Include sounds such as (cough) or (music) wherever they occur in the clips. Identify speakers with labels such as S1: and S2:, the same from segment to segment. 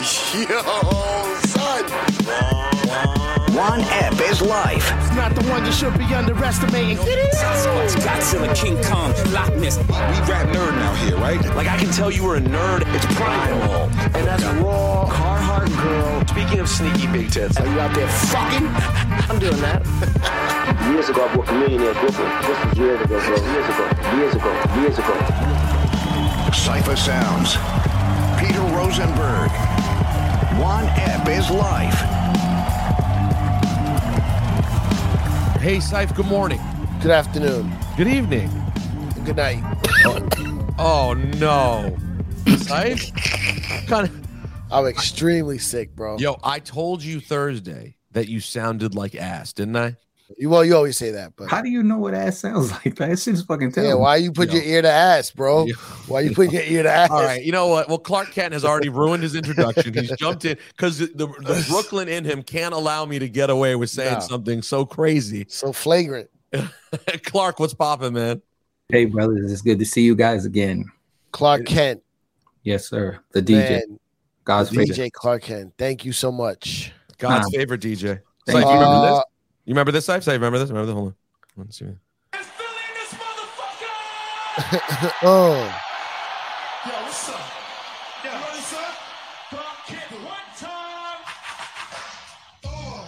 S1: Yo, son.
S2: One app is life.
S3: It's not the one you should be underestimating.
S4: Sasquatch, Godzilla, King Kong, Loch Ness.
S1: We rap nerd now here, right?
S5: Like I can tell you were a nerd.
S1: It's primal.
S5: And that's raw Carhartt girl. Speaking of sneaky big tits,
S3: Are you out there fucking? I'm doing that.
S6: Years ago, I broke a millionaire Brooklyn. This was years ago, bro. Years ago. Years ago. Years ago.
S2: Cypher Sounds, Peter Rosenberg. One app is life.
S7: Hey, Seif, good morning.
S3: Good afternoon.
S7: Good evening.
S3: and Good night.
S7: Oh, no.
S3: (laughs)
S7: Seif? Kind of.
S3: I'm extremely sick, bro.
S7: Yo, I told you Thursday that you sounded like ass, didn't I?
S3: You, well, you always say that, but
S8: How do you know what ass sounds (laughs) like? That shit's fucking
S3: yeah,
S8: terrible.
S3: why you put
S7: Yo.
S3: your ear to ass, bro?
S7: Yo.
S3: Why you put your ear to ass?
S7: All right. You know what? Well, Clark Kent has already ruined his introduction. He's jumped in because the,
S3: (laughs)
S7: the, the Brooklyn in him can't allow me to get away with saying
S3: No.
S7: something so crazy. (laughs)
S3: So flagrant.
S7: Clark, what's popping, man?
S8: Hey, brothers, it's good to see you guys again.
S3: Clark Kent,
S8: Yes, sir. The DJ,
S3: man,
S8: God's favorite.
S3: DJ Clark Kent. Thank you so much.
S7: God's
S8: Um,
S7: favorite DJ. Seif,
S8: thank
S7: you remember this?
S3: Uh,
S7: You remember this, Seif? Seif, remember this? Remember this? Hold on. Let's see.
S3: oh,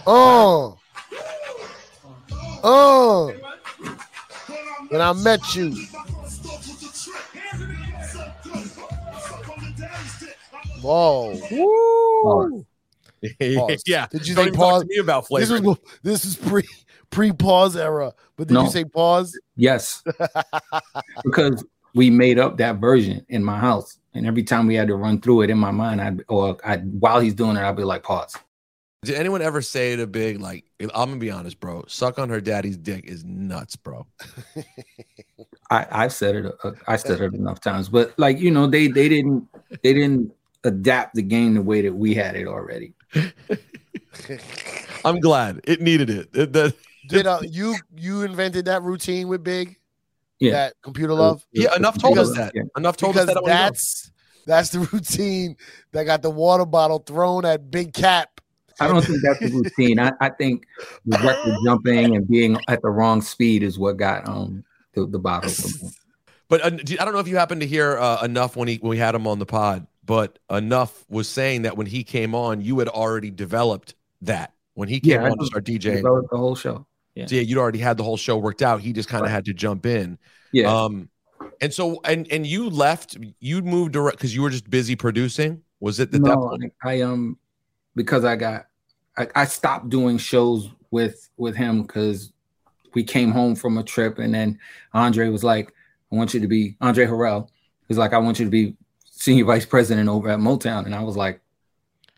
S3: oh, oh. When I met you, whoa.
S8: Pause.
S3: Pause.
S7: (laughs) yeah.
S3: Did you
S7: Don't
S3: say
S7: even talk
S3: pause?
S7: to me about flavor.
S3: This is mo- this is pre pre pause era. But did
S8: No.
S3: you say pause? (laughs)
S8: Yes, because we made up that version in my house, and every time we had to run through it in my mind, I would or I while he's doing it, I'd be like, pause.
S7: Did anyone ever say to Big like I'm gonna be honest, bro? Suck on her daddy's dick is nuts, bro.
S8: I I've said it uh, I said it enough times, but like you know, they they didn't they didn't adapt the game the way that we had it already.
S7: I'm glad it needed it. It- the-
S3: Did uh, you you invented that routine with Big?
S8: Yeah.
S3: That computer love.
S7: yeah, enough told us that.
S8: Yeah.
S7: Enough told us
S3: because
S7: that. I wanna know.
S3: that's that's the (laughs) routine that got the water bottle thrown at Big Cap.
S8: I don't think that's the routine. I, I think the record jumping and being at the wrong speed is what got um the, the bottle. from him.
S7: But uh, do- I don't know if you happened to hear uh, enough when he when we had him on the pod. But enough was saying that when he came on, you had already developed that when he came
S8: Yeah, I
S7: on to start DJing.
S8: Developed the whole show. Yeah.
S7: yeah, you'd already had the whole show worked out. He just kind of had to jump in.
S8: Yeah.
S7: Um, and so and and you left. You moved around because you were just busy producing. Was it that that
S8: no, I, I um because I got I, I stopped doing shows with with him because we came home from a trip and then Andre was like, I want you to be Andre Harrell was like, I want you to be senior vice president over at Motown. And I was like,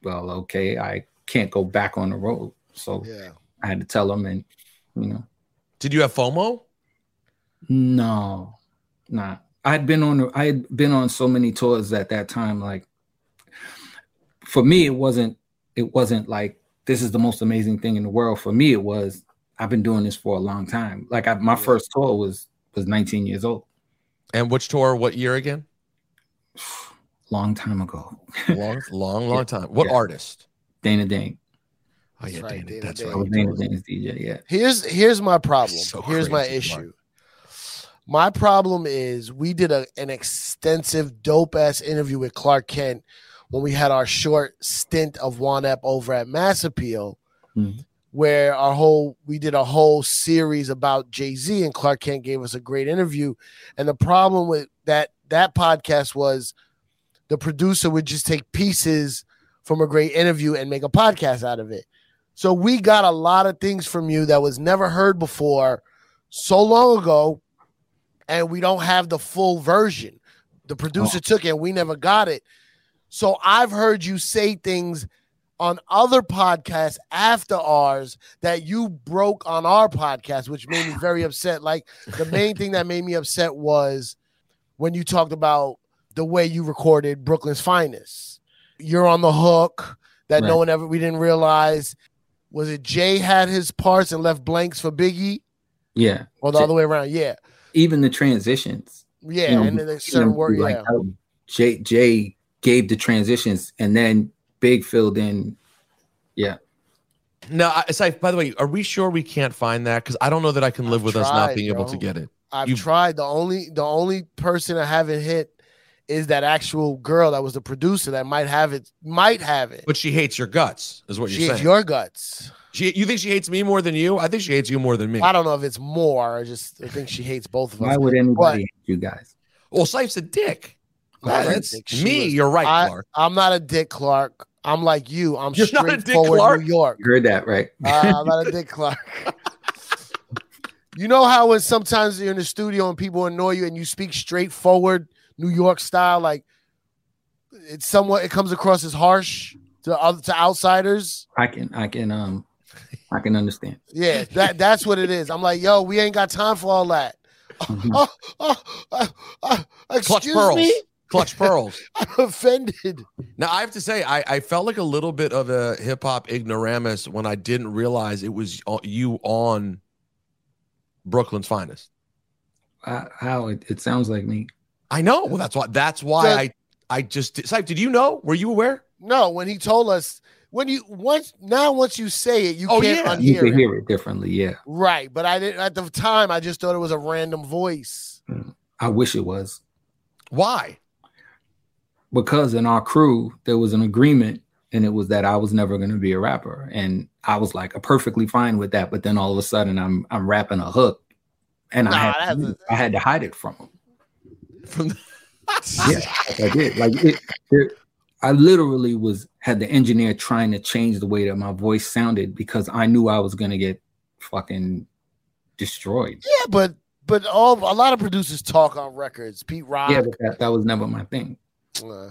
S8: Well, okay, I can't go back on the road. So
S3: Yeah.
S8: I had to tell him and you know,
S7: Did you have FOMO?
S8: No, not. I'd been on I had been on so many tours at that time. Like for me, it wasn't it wasn't like this is the most amazing thing in the world. For me, it was I've been doing this for a long time. Like I, my first tour was was 19 years old,
S7: And which tour? What year again?
S8: long time ago.
S3: (laughs)
S7: Long, long, long time. What
S8: Yeah.
S7: artist?
S8: Dana Dane,
S7: Oh
S3: That's
S7: yeah,
S3: right,
S7: Dana,
S3: Dana
S7: that's
S3: Dane.
S8: I
S7: right.
S8: was Dana Dane's DJ. Yeah,
S3: Here's here's my problem.
S7: So
S3: here's my
S7: crazy, Mark.
S3: issue. My problem is we did a, an extensive dope ass interview with Clark Kent when we had our short stint of One App over at Mass Appeal,
S7: Mm-hmm.
S8: Mhm.
S3: where our whole we did a whole series about Jay Z and Clark Kent gave us a great interview. And the problem with that that podcast was the producer would just take pieces from a great interview and make a podcast out of it. So we got a lot of things from you that was never heard before so long ago, and we don't have the full version. The producer took it. We never got it. So I've heard you say things on other podcasts after ours that you broke on our podcast, which made me very upset. Like the main thing that made me upset was when you talked about the way you recorded Brooklyn's Finest. You're on the hook that
S8: Right.
S3: no one ever we didn't realize. Was it Jay had his parts and left blanks for Biggie,
S8: Yeah.
S3: or the other way around? Yeah,
S8: Even the transitions.
S3: yeah,
S8: You know,
S3: and then there's
S8: you
S3: certain
S8: know,
S3: word.
S8: like
S3: yeah.
S8: how Jay Jay gave the transitions and then Big filled in. Yeah.
S7: No, I, Saif, by the way, are we sure we can't find that? Because I don't know that I can live with us
S3: tried,
S7: not being able
S3: bro.
S7: to get it.
S3: I've
S7: You-
S3: tried. The only the only person I haven't hit is that actual girl that was the producer that might have it. Might have it.
S7: But she hates your guts, is what
S3: She
S7: you're
S3: hates
S7: saying.
S3: your guts.
S7: she, you think she hates me more than you? I think she hates you more than me.
S3: I don't know if it's more. I just I think she hates both of us.
S8: Why would anybody hate you guys?
S7: Well, Saif's a dick.
S3: I'm not a
S7: That's
S3: dick. She
S7: me.
S3: was-
S7: You're right,
S3: I,
S7: Clark.
S3: I'm not a dick, Clark. I'm like you. I'm
S7: You're not a dick,
S3: straightforward
S7: Clark?
S3: New York.
S8: You heard that, right?
S3: Uh,
S7: (laughs)
S3: I'm not a dick, Clark. you know how when sometimes you're in the studio and people annoy you and you speak straightforward New York style, like it's somewhat it comes across as harsh to other to outsiders.
S8: I can I can um I
S3: (laughs)
S8: can understand.
S3: Yeah, that that's what it is. I'm like, yo, we ain't got time for all that. Oh, oh, oh, oh,
S7: Clutch
S3: excuse
S7: pearls.
S3: me,
S7: Clutch pearls. (laughs)
S3: I'm offended.
S7: Now I have to say, I, I felt like a little bit of a hip hop ignoramus when I didn't realize it was o- you on Brooklyn's Finest.
S8: I, how it, it sounds like me.
S7: I know. Well, that's why. That's why
S3: The-
S7: I I just Saif. Did you know? Were you aware?
S3: No, when he told us when you once now once you say it, you
S7: Oh,
S3: can't
S7: yeah.
S3: unhear
S8: You can
S3: it.
S8: hear it differently, yeah.
S3: Right, but I didn't at the time. I just thought it was a random voice.
S8: I wish it was.
S7: Why?
S8: Because in our crew there was an agreement and it was that I was never gonna be a rapper. And I was like perfectly fine with that, but then all of a sudden I'm I'm rapping a hook and
S3: Nah,
S8: I had
S3: that's-
S8: to, I had to hide it from him.
S7: From the-
S8: yeah, like I did. Like it, it- I literally was had the engineer trying to change the way that my voice sounded because I knew I was gonna get fucking destroyed.
S3: Yeah, but but all a lot of producers talk on records. Pete Rock.
S8: Yeah, but that, that was never my thing,
S3: uh,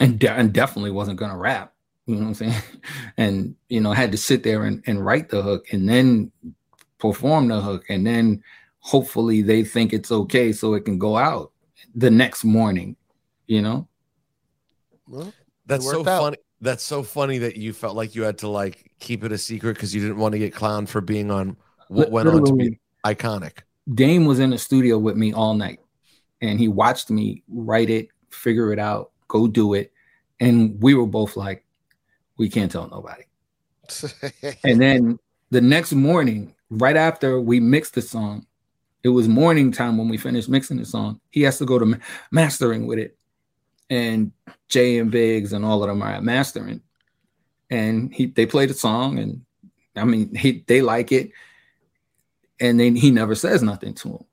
S8: and de- and definitely wasn't gonna rap. You know what I'm saying? (laughs) And you know, had to sit there and, and write the hook and then perform the hook and then hopefully they think it's okay so it can go out the next morning. You know,
S3: well,
S7: That's so
S3: worked out.
S7: funny. That's so funny that you felt like you had to like keep it a secret because you didn't want to get clowned for being on what went on to be
S8: Literally.
S7: iconic.
S8: Dame was in the studio with me all night and he watched me write it, figure it out, go do it. And we were both like, we can't tell nobody. (laughs) And then the next morning, right after we mixed the song, it was morning time when we finished mixing the song. He has to go to ma- mastering with it. And Jay and Biggs and all of them are at mastering. And he they play the song and I mean he they like it. And then he never says nothing to him.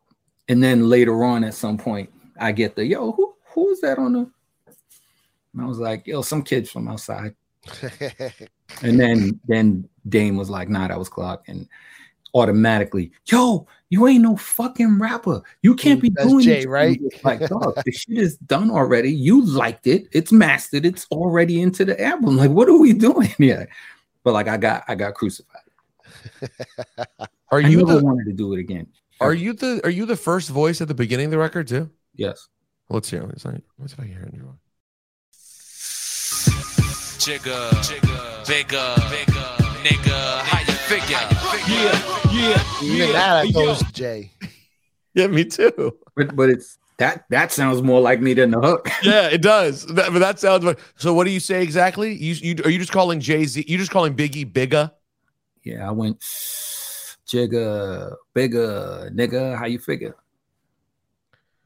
S8: And then later on at some point, I get the yo, who who is that on the and I was like, yo, some kids from outside. And then then Dame was like, nah, that was Clark. And automatically, yo, you ain't no fucking rapper. You can't be
S3: That's
S8: doing
S3: Jay,
S8: this.
S3: right?
S8: Like, dog, the shit is done already. You liked it. It's mastered. It's already into the album. Like, what are we doing (laughs) here? But like I got I got crucified.
S7: Are
S8: I
S7: you
S8: never
S7: the,
S8: wanted to do it again.
S7: are you the are you the first voice at the beginning of the record too?
S8: Yes.
S7: Let's hear. Let's, let's if I can hear it. in your voice.
S9: Jigga, bigger, bigger, nigga, how you figure? Yeah, yeah,
S3: even that I thought was Jay.
S7: Yeah, me too.
S8: But but it's that that sounds more like me than the hook. (laughs)
S7: Yeah, it does. That, but that sounds. So, what do you say exactly? You you are you just calling Jay Z? You just calling Biggie bigger?
S8: Yeah, I went jigger, bigger, nigga. How you figure?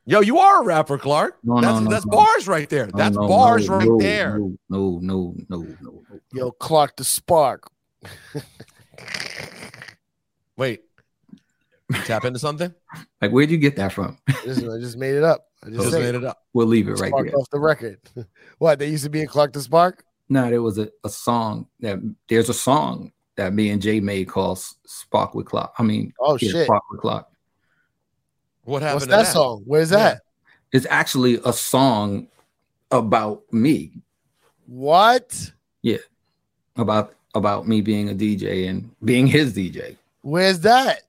S7: Yo, you are a rapper, Clark.
S8: No, no,
S7: that's
S8: no,
S7: that's
S8: no.
S7: bars right there.
S8: No,
S7: that's
S8: no,
S7: bars
S8: no,
S7: right
S8: no,
S7: there.
S8: No, no, no, no, no. no.
S3: Yo, Clark the Spark.
S7: Wait, you tap into
S8: (laughs)
S7: something.
S8: Like, where'd you get that from? (laughs)
S3: Listen, I just made it up. I just
S7: Just
S3: said
S7: made it up.
S8: We'll leave it right
S3: Spark
S8: there.
S3: off the record. (laughs) what they used to be in Clark the Spark?
S8: No, there was a, a song that there's a song that me and Jay made called S- Spark with Clock. I mean,
S3: Oh, shit.
S8: Spark with Clock.
S7: What
S3: What's
S7: happened?
S3: that,
S7: to that
S3: song? Where's that?
S8: is actually a song about me.
S3: What?
S8: Yeah. About about me being a DJ and being his DJ.
S3: Where's that?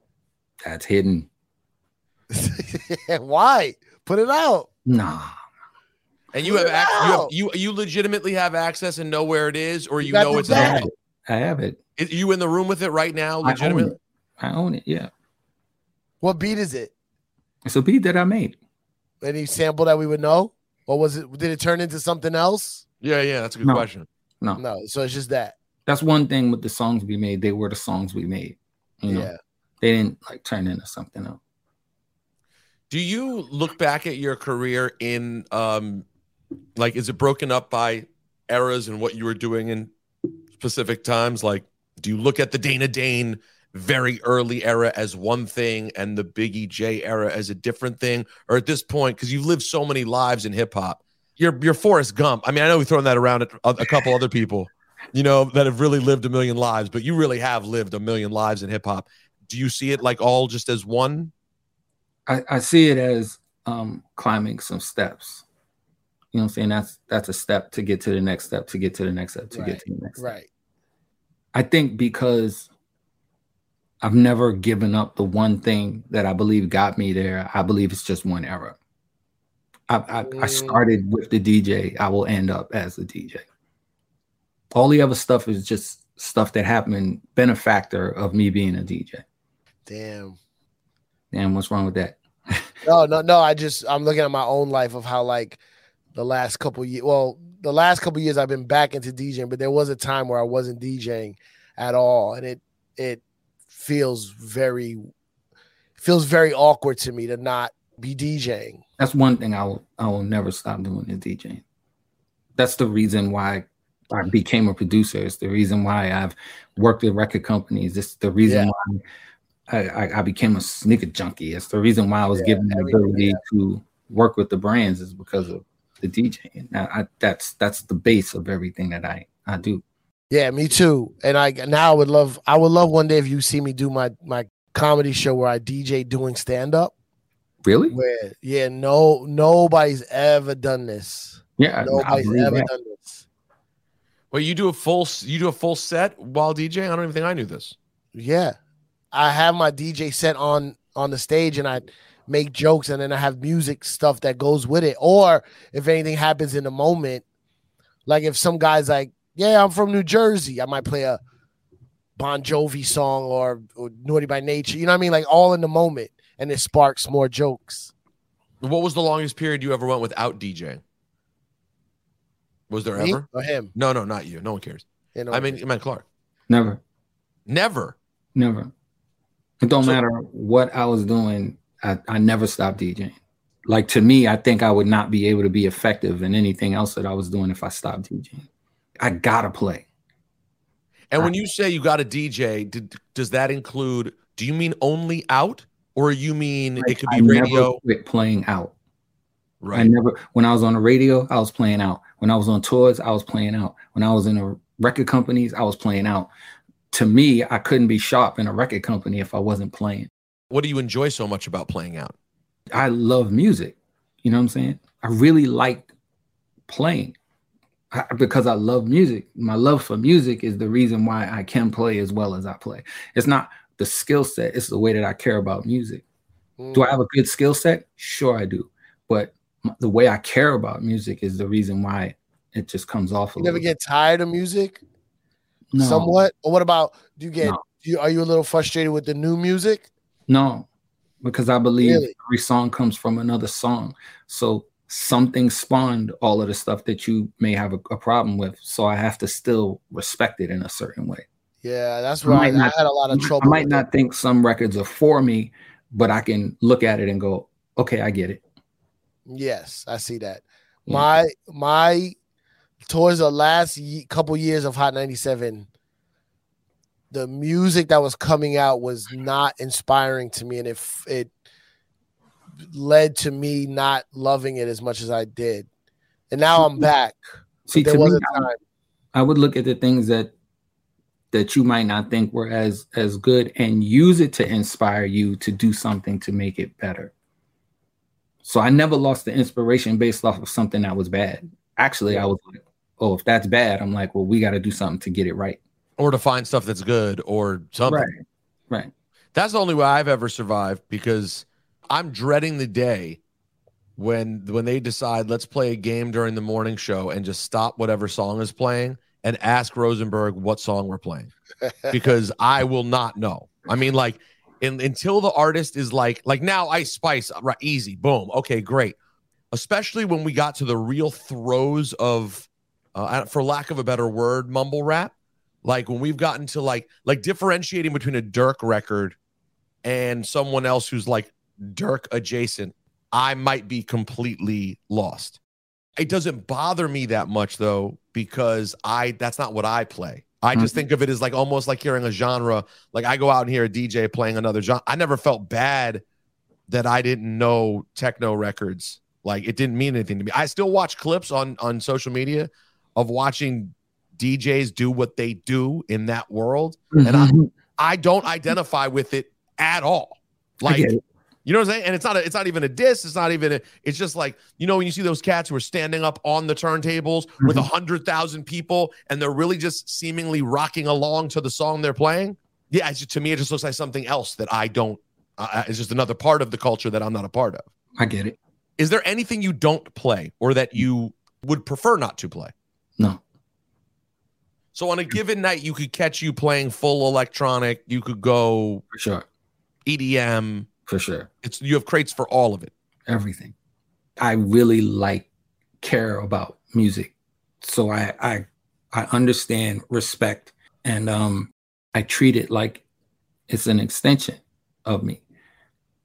S3: (laughs)
S8: That's hidden.
S3: Why? Put it out.
S8: Nah.
S7: And you have, ac- you have you you legitimately have access and know where it is, or you, know it's
S8: I
S7: there.
S8: have it. I have it.
S7: Is- you in the room with it right now?
S8: I own
S7: Legitimately.
S8: it. I own it. Yeah.
S3: What beat is it?
S8: It's a beat that I made.
S3: Any sample that we would know? Or was it did it turn into something else?
S7: Yeah, yeah, that's a good
S8: No.
S7: question.
S8: No.
S3: No, so it's just that.
S8: That's one thing with the songs we made. They were the songs we made. You know?
S3: Yeah.
S8: They didn't like turn into something else.
S7: Do you look back at your career in um like is it broken up by eras and what you were doing in specific times? Like do you look at the Dana Dane very early era as one thing and the Biggie J era as a different thing? Or at this point, because you've lived so many lives in hip hop, you're you're Forrest Gump. I mean, I know we've thrown that around at a, a couple other people, you know, that have really lived a million lives, but you really have lived a million lives in hip hop. Do you see it like all just as one?
S8: I, I see it as um, climbing some steps. You know what I'm saying? That's that's a step to get to the next step, to get to the next step, to get to the next.
S3: Right.
S8: I think because I've never given up the one thing that I believe got me there. I believe it's just one era. I, I, I started with the DJ. I will end up as the DJ. All the other stuff is just stuff that happened, benefactor of me being a DJ.
S3: Damn.
S8: Damn, what's wrong with that?
S3: No, no, no. I just I'm looking at my own life of how like the last couple years. Well, the last couple years I've been back into DJing, but there was a time where I wasn't DJing at all, and it it feels very feels very awkward to me to not be DJing.
S8: That's one thing I will I will never stop doing is DJing. That's the reason why I became a producer. It's the reason why I've worked with record companies. It's the reason why I, I, I became a sneaker junkie. It's the reason why I was given the
S3: everything,
S8: ability to work with the brands is because of the DJing. Now I, that's that's the base of everything that I I do.
S3: Yeah, me too. And I now I would love I would love one day if you see me do my my comedy show where I DJ doing stand up.
S8: Really?
S3: Where yeah, no nobody's ever done this.
S8: Yeah, I- I
S3: nobody's
S8: believe
S3: ever
S8: that.
S3: done this.
S7: Well, you do a full s- you do a full set while DJing. I don't even think I knew this.
S3: Yeah. I have my DJ set on on the stage and I make jokes and then I have music stuff that goes with it. Or if anything happens in the moment, like if some guy's like, Yeah, I'm from New Jersey, I might play a Bon Jovi song or, or Naughty by Nature. You know what I mean? Like all in the moment and it sparks more jokes.
S7: What was the longest period you ever went without DJing? Was there
S3: Me
S7: ever?
S3: or him?
S7: No, no, not you. No one cares.
S3: You know,
S7: I mean, I mean Clark.
S8: Never,
S7: Never.
S8: never. It don't matter what I was doing. I, I never stopped DJing. Like to me, I think I would not be able to be effective in anything else that I was doing if I stopped DJing. I gotta play.
S7: And when you say you got a DJ, did, does that include? Do you mean only out, or you mean it could be
S8: I never
S7: radio?
S8: quit playing out. I
S7: Right.
S8: never. When I was on the radio, I was playing out. When I was on tours, I was playing out. When I was in a record companies, I was playing out. To me, I couldn't be sharp in a record company if I wasn't playing.
S7: What do you enjoy so much about playing out?
S8: I love music. You know what I'm saying? I really like playing I, because I love music. My love for music is the reason why I can play as well as I play. It's not the skill set, it's the way that I care about music.
S3: Mm.
S8: Do I have a good skill set? Sure, I do. But m- the way I care about music is the reason why it just comes off a
S3: You never
S8: little.
S3: get tired of music
S8: No.
S3: somewhat? Or what about do you get
S8: No.
S3: do you, are you a little frustrated with the new music?
S8: No, because I believe
S3: Really?
S8: every song comes from another song. So something spawned all of the stuff that you may have a, a problem with. So I have to still respect it in a certain way.
S3: Yeah, that's
S8: I
S3: where I,
S8: might not-
S3: I had a lot of trouble.
S8: I might
S3: with
S8: not
S3: it.
S8: think some records are for me, but I can look at it and go, okay, I get it.
S3: Yes, I see that.
S8: Yeah.
S3: My my towards the last ye- couple years of Hot 97, the music that was coming out was not inspiring to me and it f- it led to me not loving it as much as I did. And now I'm back. But
S8: See,
S3: there
S8: to
S3: was
S8: me,
S3: a time.
S8: I would look at the things that that you might not think were as as good and use it to inspire you to do something to make it better. So I never lost the inspiration based off of something that was bad. Actually, I was like, oh, if that's bad, I'm like, well, we got to do something to get it right.
S7: or to find stuff that's good or something.
S8: Right. Right.
S7: That's the only way I've ever survived because I'm dreading the day when when they decide let's play a game during the morning show and just stop whatever song is playing and ask Rosenberg what song we're playing because I will not know. I mean, like in, until the artist is like like now Ice Spice uh, right easy boom okay great. Especially when we got to the real throes of, uh, I- for lack of a better word, mumble rap. Like when we've gotten to like like differentiating between a Dirk record and someone else who's like Dirk adjacent, I might be completely lost. It doesn't bother me that much though, because I that's not what I play. I just think of it as like almost like hearing a genre. Like I go out and hear a DJ playing another genre. I never felt bad that I didn't know techno records. Like it didn't mean anything to me. I still watch clips on on social media of watching DJs do what they do in that world, and I I don't identify with it at all. Like
S8: get it.
S7: you know what I'm saying? And it's not a, it's not even a diss. It's not even a, it's just like you know when you see those cats who are standing up on the turntables with
S8: Mm-hmm.
S7: a hundred thousand people and they're really just seemingly rocking along to the song they're playing. Yeah, it's just, to me it just looks like something else that I don't. I I- it's just another part of the culture that I'm not a part of.
S8: I get it.
S7: Is there anything you don't play or that you would prefer not to play?
S8: No.
S7: So on a given night, you could catch you playing full electronic. You could go E
S8: For sure.
S7: EDM.
S8: For sure.
S7: It's you have crates for all of it.
S8: Everything. I really like care about music. So I I I understand respect and um I treat it like it's an extension of me.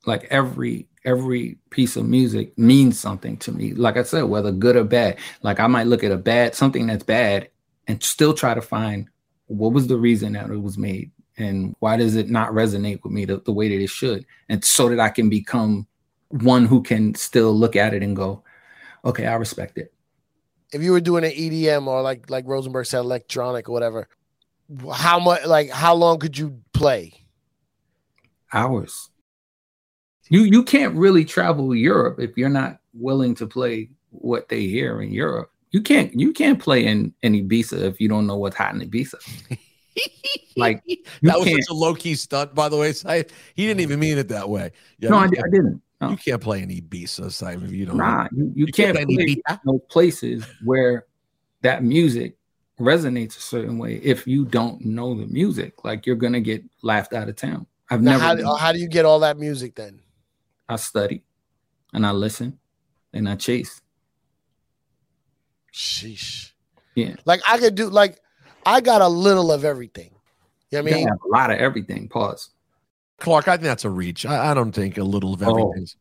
S8: Like every every piece of music means something to me. Like I said, whether good or bad. Like I might look at a bad something that's bad and still try to find what was the reason that it was made and why does it not resonate with me the, the way that it should and so that i can become one who can still look at it and go okay i respect it
S3: if you were doing an EDM or like like Rosenberg said, electronic or whatever, wh- how much like how long could you play?
S8: hours you you can't really travel europe if you're not willing to play what they hear in europe you can't you can't play in, in ibiza if you don't know what's hot in ibiza like
S7: That was
S8: can't-
S7: such a low key stunt, by the way, Saif. He didn't even mean it that way. Yeah,
S8: no
S7: you
S8: I, di- I
S7: can't-
S8: didn't no.
S7: You can't play any Ibiza, Saif, if you don't.
S8: Nah, you, you, can't,
S7: play
S8: play
S7: any
S8: in those places where that music resonates a certain way if you don't know the music. Like you're gonna get laughed out of town. I've
S3: Now,
S8: never.
S3: how,
S8: done
S3: do- how do you get all that music then?
S8: that. I study, and I listen, and I chase.
S3: Sheesh.
S8: Yeah,
S3: Like I could do like I got a little of everything. You know
S8: I
S3: what I mean?
S8: have a lot of everything. Pause.
S7: Clark, I think that's a reach. I, I don't think a little of
S8: Oh.
S7: everything's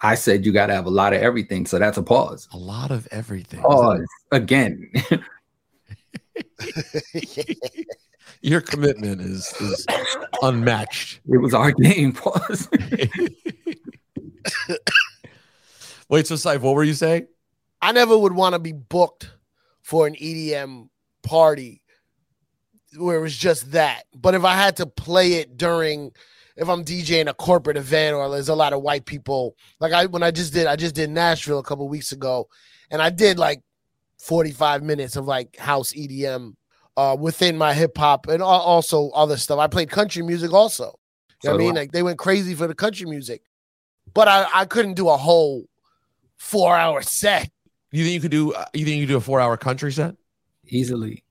S8: I said you got to have a lot of everything, so that's a pause.
S7: a lot of everything.
S8: Pause again. (laughs)
S7: Your commitment is, is unmatched. (laughs)
S8: it was our (laughs) game. Pause.
S7: Wait, so Saif, what were you saying?
S3: I never would want to be booked for an EDM party where it was just that. But if I had to play it during, if I'm DJing a corporate event or there's a lot of white people, like I when I just did, I just did Nashville a couple weeks ago, and I did like 45 minutes of like house EDM uh, within my hip hop and al- also other stuff. I played country music also. You know
S8: So
S3: what I
S8: do
S3: mean?
S8: I.
S3: Like they went crazy for the country music, but I, I couldn't do a whole four hour set.
S7: You think you could do? Uh, you think you could do a four-hour country set?
S8: Easily.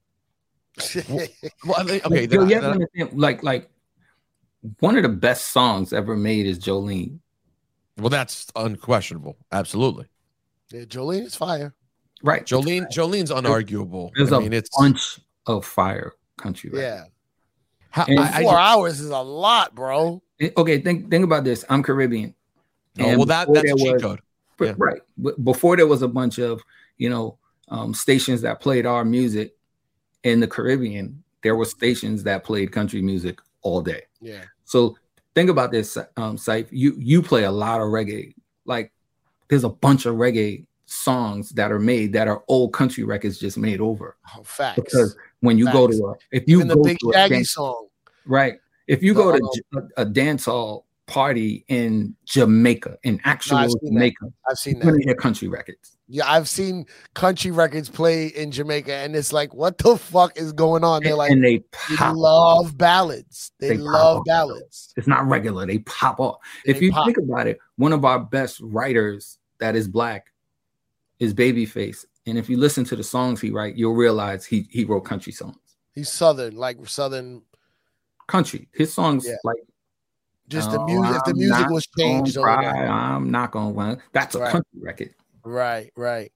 S7: Well, I think, okay,
S8: Like,
S7: then,
S8: yo,
S7: I-
S8: you have to
S7: then I-
S8: understand, like, like one of the best songs ever made is Jolene.
S7: well, that's unquestionable. Absolutely,
S3: (laughs) Yeah, Jolene is fire.
S8: Right.
S7: Jolene. Jolene's unarguable.
S8: There's
S7: I
S8: a
S7: mean, it's
S8: bunch of fire country. Right?
S3: Yeah.
S7: how,
S8: and
S7: I- I
S3: Four
S7: ju-
S3: hours is a lot, bro.
S8: It- Eh, Okay. Think think about this. I'm Caribbean.
S7: no, Oh, well, that
S8: before
S7: that's
S8: there
S7: cheat
S8: was-
S7: code.
S8: b-
S7: yeah.
S8: Right. b- Before there was a bunch of you know um, stations that played our music in the Caribbean. There were stations that played country music all day.
S3: Yeah.
S8: So think about this, um, Saif. You you play a lot of reggae. Like there's a bunch of reggae songs that are made that are old country records just made over.
S3: Oh, facts.
S8: Because when you go to a, if you
S3: Even the
S8: go
S3: Big
S8: to a
S3: Shaggy
S8: dance,
S3: song.
S8: right, if you
S3: The,
S8: go
S3: um,
S8: to j- a, a dance hall party in Jamaica, in actual
S3: I've seen that.
S8: Jamaica.
S3: I've seen that.
S8: When they hear country records.
S3: Yeah, I've seen country records play in Jamaica, and it's like, what the fuck is going on? They're like,
S8: and they
S3: "We
S8: pop.
S3: love ballads. They,
S8: They pop
S3: love
S8: up.
S3: ballads.
S8: It's not regular. They pop up. If
S3: They
S8: you
S3: pop.
S8: think about it, one of our best writers that is black is Babyface. And if you listen to the songs he write, you'll realize he he wrote country songs.
S3: He's southern, like southern.
S8: Country. His songs
S3: Yeah.
S8: like
S3: Just the
S8: "Oh,
S3: music. If the
S8: I'm
S3: music
S8: not
S3: was changed.
S8: gonna
S3: on
S8: cry,
S3: that.
S8: I'm not gonna run. That's a
S3: Right.
S8: country record.
S3: Right, right.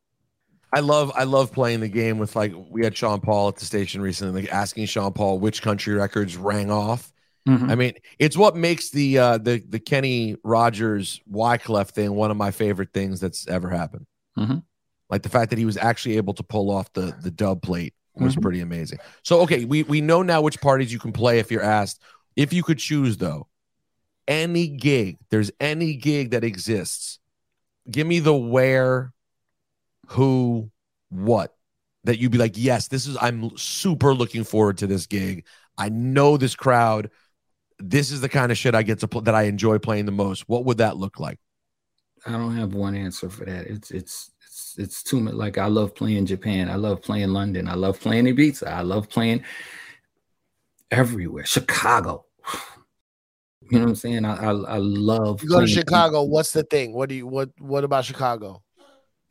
S7: I love I love playing the game with like we had Sean Paul at the station recently, like asking Sean Paul which country records rang off.
S8: Mhm.
S7: I mean, it's what makes the uh the the Kenny Rogers Wyclef thing one of my favorite things that's ever happened.
S8: Mhm.
S7: Like the fact that he was actually able to pull off the the dub plate was
S8: Mhm.
S7: pretty amazing. So okay, we we know now which parties you can play if you're asked. If you could choose though, any gig, there's any gig that exists. Give me the where, who, what that you'd be like, yes, this is I'm super looking forward to this gig. I know this crowd. This is the kind of shit I get to play that I enjoy playing the most. What would that look like?
S8: I don't have one answer for that. It's it's it's it's too much. Like I love playing Japan. I love playing London. I love playing Ibiza. I love playing everywhere. Chicago. (sighs) You know what I'm saying? I I, I love
S3: You go to
S8: playing
S3: Chicago. What's the thing? What do you what What about Chicago?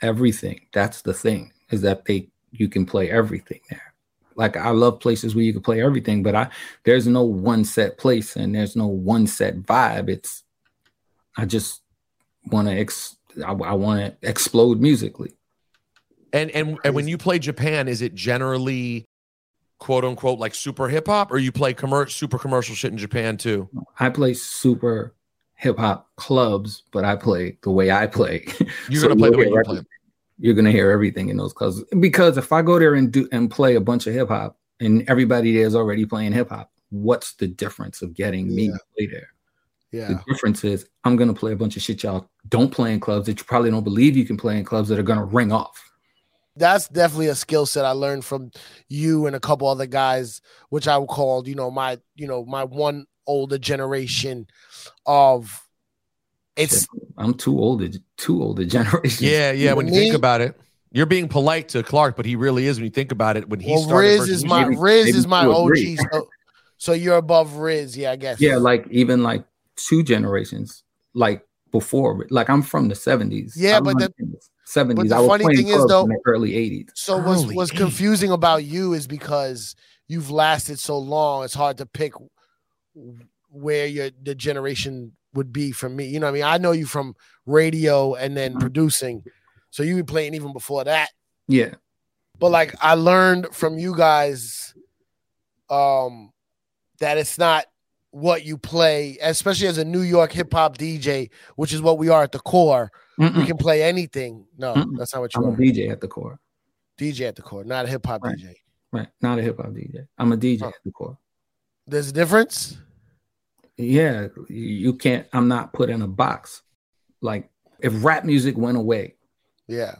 S8: everything. That's the thing is that they you can play everything there. Like I love places where you can play everything, but I there's no one set place and there's no one set vibe. It's I just want to ex I, I want to explode musically.
S7: And and and when you play Japan, is it generally quote unquote like super hip hop, or you play commer- super commercial shit in Japan too?
S8: I play super hip hop clubs, but I play the way I play. (laughs)
S7: You're
S8: So
S7: gonna play the
S8: you'll
S7: way
S8: hear
S7: you
S8: every-
S7: play.
S8: You're gonna hear everything in those clubs because if I go there and do and play a bunch of hip hop and everybody there is already playing hip hop, what's the difference of getting me to play there?
S3: Yeah,
S8: The difference is I'm gonna play a bunch of shit y'all don't play in clubs that you probably don't believe you can play in clubs that are gonna ring off.
S3: that's definitely a skill set I learned from you and a couple other guys, which I called, you know, my, you know, my one older generation of it's
S8: I'm too old, to- too old a generation.
S7: Yeah, yeah. When you
S3: Me-
S7: think about it, you're being polite to Clark, but he really is. When you think about it, when he
S3: well,
S7: started,
S3: Riz
S7: first
S3: is
S7: music-
S3: my
S8: maybe-
S3: Riz
S8: maybe
S3: is my
S8: you
S3: OG.
S8: agree.
S3: So, so you're above Riz, yeah, I guess.
S8: Yeah, like even like two generations, like before, like I'm from the 70s.
S3: Yeah,
S8: I
S3: but
S8: learned in the 70s.
S3: but the
S8: I was
S3: funny
S8: playing
S3: thing is,
S8: clubs
S3: though-
S8: in the early 80s.
S3: So what's
S7: Early
S3: what's
S7: 80s.
S3: confusing about you is because you've lasted so long, it's hard to pick where your the generation would be for me. You know what I mean? I know you from radio and then producing. So you were playing even before that.
S8: Yeah.
S3: But like I learned from you guys um that it's not what you play, especially as a New York hip hop DJ, which is what we are at the core. We
S8: Mm-mm.
S3: can play anything. No,
S8: Mm. Mm-mm.
S3: that's not what you
S8: I'm a
S3: are.
S8: DJ at the core.
S3: DJ at the core, not a hip hop
S8: Right.
S3: DJ.
S8: Right. Not a hip hop DJ. I'm a
S3: Oh.
S8: DJ at the core.
S3: There's a difference.
S8: Yeah. you- You can't, I'm not put in a box. Like if rap music went away
S3: Yeah.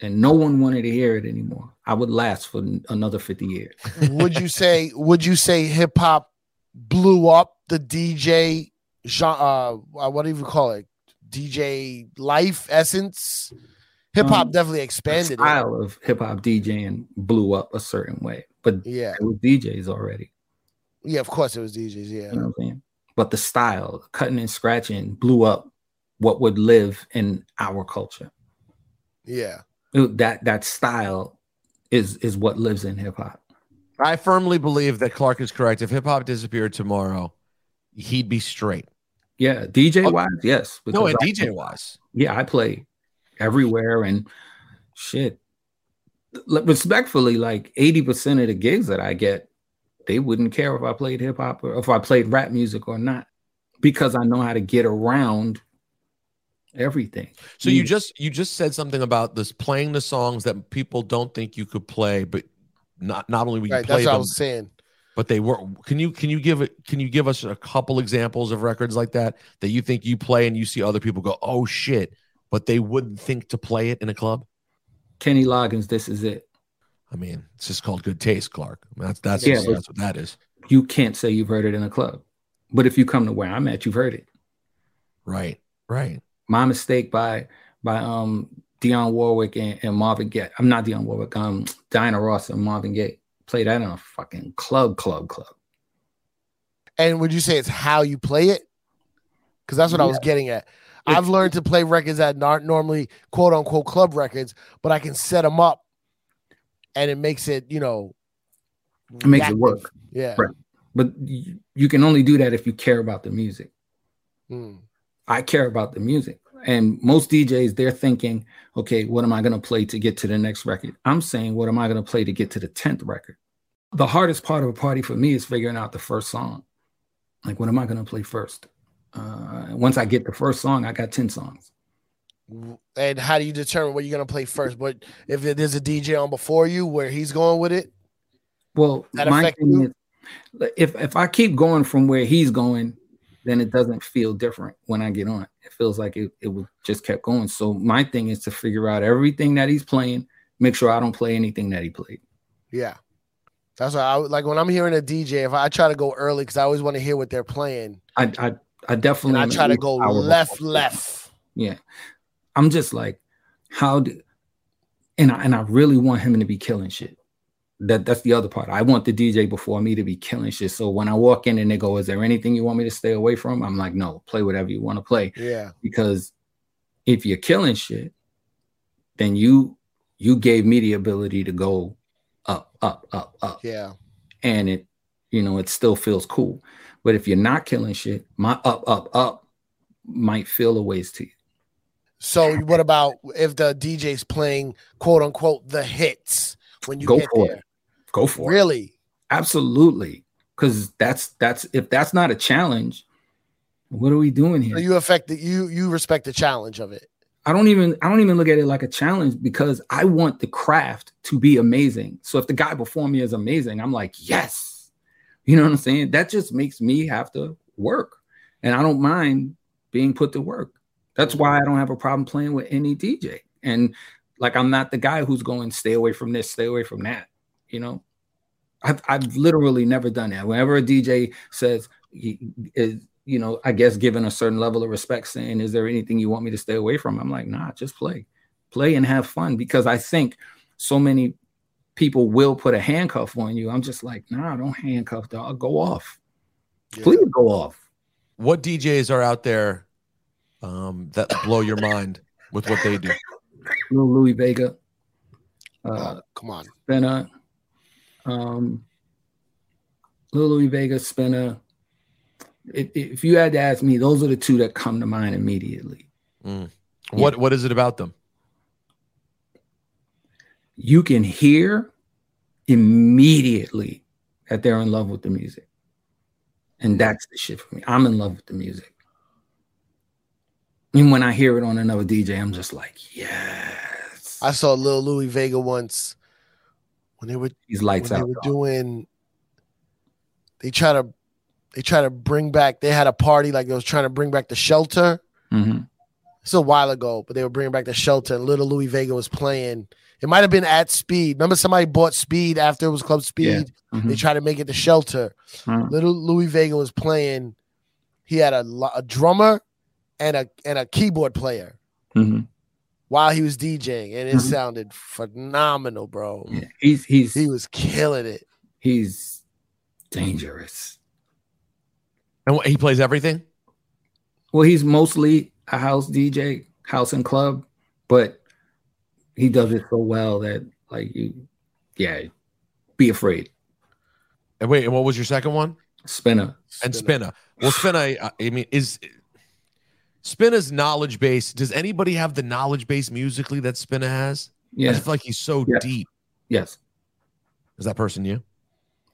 S8: and no one wanted to hear it anymore, I would last for n- another 50 years.
S3: would you say (laughs) would you say hip hop blew up the DJ gen- uh uh, what do you call it? DJ life essence? Hip hop
S8: Um,
S3: definitely
S8: The
S3: expanded. it.
S8: style of hip hop DJing blew up a certain way, but
S3: Yeah.
S8: it was DJs already.
S3: Yeah, of course it was DJs, yeah.
S8: You know what I'm saying? But the style, cutting and scratching, blew up what would live in our culture.
S3: Yeah.
S8: It- That that style is is what lives in hip hop.
S7: I firmly believe that Clark is correct. If hip hop disappeared tomorrow, he'd be straight.
S8: Yeah, DJ wise, yes.
S7: Oh, No,
S8: because
S7: and
S8: I-
S7: DJ wise.
S8: yeah, I play everywhere and shit. L- Respectfully, like eighty percent of the gigs that I get, they wouldn't care if I played hip hop or if I played rap music or not, because I know how to get around everything.
S7: So you
S8: Mm.
S7: just you just said something about this playing the songs that people don't think you could play, but not not only would you
S3: Right.
S7: play
S3: That's what I
S7: them,
S3: was saying.
S7: but they were. Can you can you give it? Can you give us a couple examples of records like that that you think you play and you see other people go, oh shit, but they wouldn't think to play it in a club.
S8: Kenny Loggins, this is it.
S7: I mean, it's just called good taste, Clark. I mean, that's that's
S8: Yeah, but-
S7: that's what that is.
S8: you can't say you've heard it in a club. But if you come to where I'm at, you've heard it.
S7: Right. Right.
S8: My mistake by by um Dionne Warwick and, and Marvin Gaye. I'm not Dionne Warwick. Um, Diana Ross and Marvin Gaye play that in a fucking club, club, club.
S3: And would you say it's how you play it? Because that's what I was
S8: Yeah.
S3: getting at. I've learned to play records that aren't normally quote unquote club records, but I can set them up, and it makes it you know
S8: It makes it
S3: reactive.
S8: work.
S3: Yeah.
S8: Right. But you, you can only do that if you care about the music.
S3: Mm.
S8: I care about the music. And most DJs, they're thinking, okay, what am I going to play to get to the next record? I'm saying, what am I going to play to get to the 10th record? The hardest part of a party for me is figuring out the first song. Like, what am I going to play first? Uh, once I get the first song, I got 10 songs.
S3: And how do you determine what you're gonna play first? But if there's a DJ on before you where he's going with it,
S8: Well,
S3: That
S8: my
S3: affect
S8: thing is, if, if I keep going from where he's going, then it doesn't feel different when I get on. It feels like it, it was just kept going. So my thing is to figure out everything that he's playing, make sure I don't play anything that he played.
S3: yeah, that's why I would- like when I'm hearing a DJ. If I try to go early because I always want to hear what they're playing,
S8: I I, I
S3: and
S8: definitely
S3: I
S8: am
S3: try to
S8: an
S3: go
S8: hour
S3: left,
S8: before.
S3: left.
S8: Yeah, I'm just like, how do? And I and I really want him to be killing shit. That that's the other part. I want the DJ before me to be killing shit. So when I walk in and they go, "Is there anything you want me to stay away from?" I'm like, "No, play whatever you want to play."
S3: Yeah,
S8: Because if you're killing shit, then you you gave me the ability to go up, up, up, up
S3: yeah.
S8: and it you know it still feels cool but if you're not killing shit my up up up might feel a ways to you
S3: So what about if the DJ's playing quote unquote the hits when you
S8: go
S3: get
S8: for
S3: there?
S8: it go for it
S3: Really?
S8: absolutely because that's that's if that's not a challenge what are we doing here
S3: So you affect the you you respect the challenge of it.
S8: I don't even I don't even look at it like a challenge because I want the craft to be amazing. So if the guy before me is amazing, I'm like, yes. You know what I'm saying? That just makes me have to work. And I don't mind being put to work. That's why I don't have a problem playing with any DJ. And like I'm not the guy who's going stay away from this, stay away from that, you know? I've, I've literally never done that. Whenever a DJ says, y- is, you know, I guess given a certain level of respect, saying, is there anything you want me to stay away from? I'm like, nah, just play, play and have fun. Because I think so many people will put a handcuff on you. I'm just like, nah, don't handcuff, dog. Go off. Please go off.
S7: What DJs are out there um, that blow your mind with what they do?
S8: Little Louis Vega. Uh,
S3: Come on.
S8: Spinner, um, Lil Louis Vega, Spinner. If, if you had to ask me, those are the two that come to mind immediately.
S7: Mm. What What is it about them?
S8: You can hear immediately that they're in love with the music, and that's the shit for me. I'm in love with the music, and when I hear it on another DJ, I'm just like,
S3: I saw Lil Louis Vega once when they were
S8: He's lights
S3: when they
S8: out,
S3: were
S8: dog.
S3: doing they try to they try to bring back they had a party like they was trying to bring back the shelter.
S8: Mhm.
S3: It's a while ago, but they were bringing back the shelter and Little Louis Vega was playing. It might have been at Speed. Remember somebody bought Speed after it was Club Speed. They
S8: Mhm.
S3: tried to make it the shelter.
S8: Mhm.
S3: Little Louis Vega was playing. He had a, lo- a drummer and a and a keyboard player
S8: Mhm.
S3: while he was DJing, and it
S8: Mhm.
S3: sounded phenomenal, bro.
S8: Yeah, he's he's
S3: He was killing it.
S8: he's dangerous.
S7: And what, he plays everything.
S8: Well, he's mostly a house DJ, house and club, but he does it so well that like you, yeah, be afraid.
S7: And wait, and what was your second one?
S8: Spinner.
S7: And Spinna. Well, Spinna, I- I mean, is Spinna's knowledge base? Does anybody have the knowledge base musically that Spinna has? I
S8: Yeah.
S7: just feel like he's so deep.
S8: Yes.
S7: Is that person you?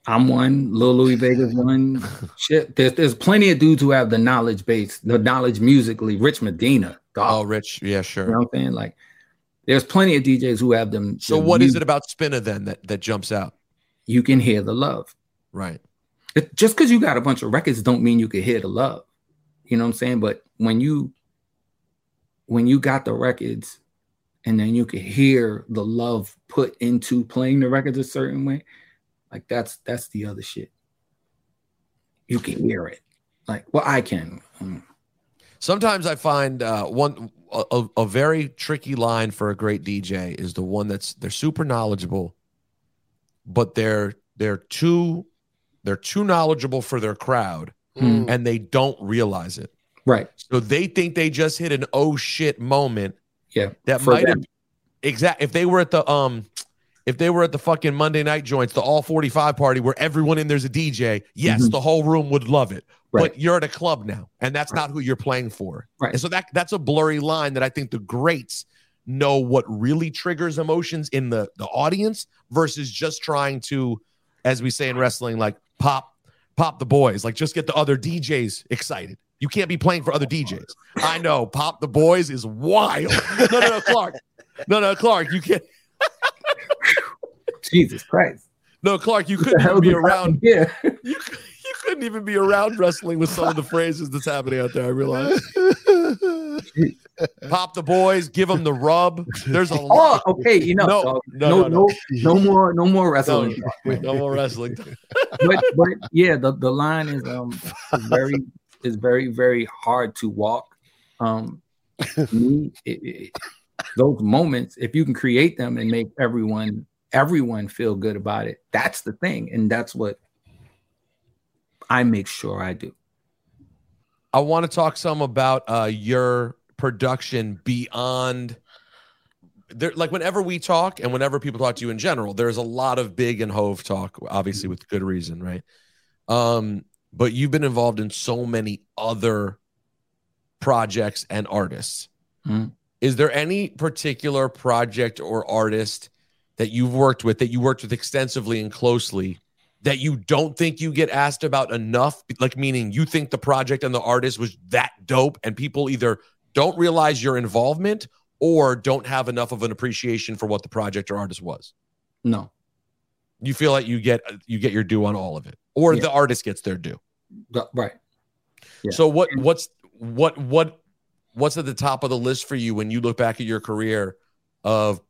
S8: I'm one. Lil Louis
S7: (laughs)
S8: Vega's one. Shit. There's there's plenty of dudes who have the knowledge base, the knowledge musically. Rich Medina.
S7: Oh, Rich. Yeah, sure.
S8: You know what I'm saying? Like there's plenty of DJs who have them.
S7: So, what is it about Spinna then that that jumps out?
S8: You can hear the love.
S7: Right.
S8: It- just because you got a bunch of records don't mean you can hear the love you know what i'm saying but when you when you got the records and then you can hear the love put into playing the records a certain way like that's that's the other shit you can hear it like well i can Mm.
S7: Sometimes I find uh, one a- a, a very tricky line for a great DJ is the one that's they're super knowledgeable, but they're they're too they're too knowledgeable for their crowd,
S3: Mm.
S8: Hmm.
S7: and they don't realize it.
S8: Right.
S7: So they think they just hit an oh shit moment
S8: Yeah.
S7: that
S8: for
S7: might
S8: them.
S7: have exact if they were at the um if they were at the fucking Monday night joints, the all 45 party where everyone in there's a DJ, yes,
S8: Mhm.
S7: the whole room would love it.
S8: Right.
S7: But you're at a club now, and that's not who you're playing for.
S8: Right.
S7: And so that that's a blurry line that I think the greats know what really triggers emotions in the the audience versus just trying to, as we say in wrestling, like pop pop the boys, like just get the other DJs excited. You can't be playing for other DJs. I know pop the boys is wild. No, no, no, Clark. No, no, Clark. You can't.
S8: Jesus Christ.
S7: No, Clark. You
S8: (laughs) The
S7: couldn't
S8: hell
S7: even be
S8: just
S7: around.
S8: happened here?
S7: You couldn't even be around wrestling with some of the phrases that's happening out there.
S3: (laughs)
S7: I realize. Pop the boys. Give them the rub. There's (laughs) a
S8: Oh,
S7: lot.
S8: okay. You know,
S7: No,
S8: dog.
S7: no,
S8: no,
S7: no,
S8: no,
S7: no.
S8: no, more, no more
S7: No,
S8: wrestling.
S7: no more wrestling.
S8: but, but yeah, the, the line is um is very is very very hard to walk. Um, me, it- it- those moments, if you can create them and make everyone everyone feel good about it, that's the thing, and that's what I make sure I do.
S7: I want to talk some about uh, your production beyond. There, like whenever we talk and whenever people talk to you in general, there's a lot of big and hove talk, obviously with good reason, right? Um, but you've been involved in so many other projects and artists.
S8: Mm.
S7: Is there any particular project or artist that you've worked with that you worked with extensively and closely that you don't think you get asked about enough like meaning you think the project and the artist was that dope and people either don't realize your involvement or don't have enough of an appreciation for what the project or artist was
S8: No,
S7: you feel like you get you get your due on all of it or
S8: Yeah.
S7: the artist gets their due
S8: the- right. Yeah.
S7: so what what's what what what's at the top of the list for you when you look back at your career of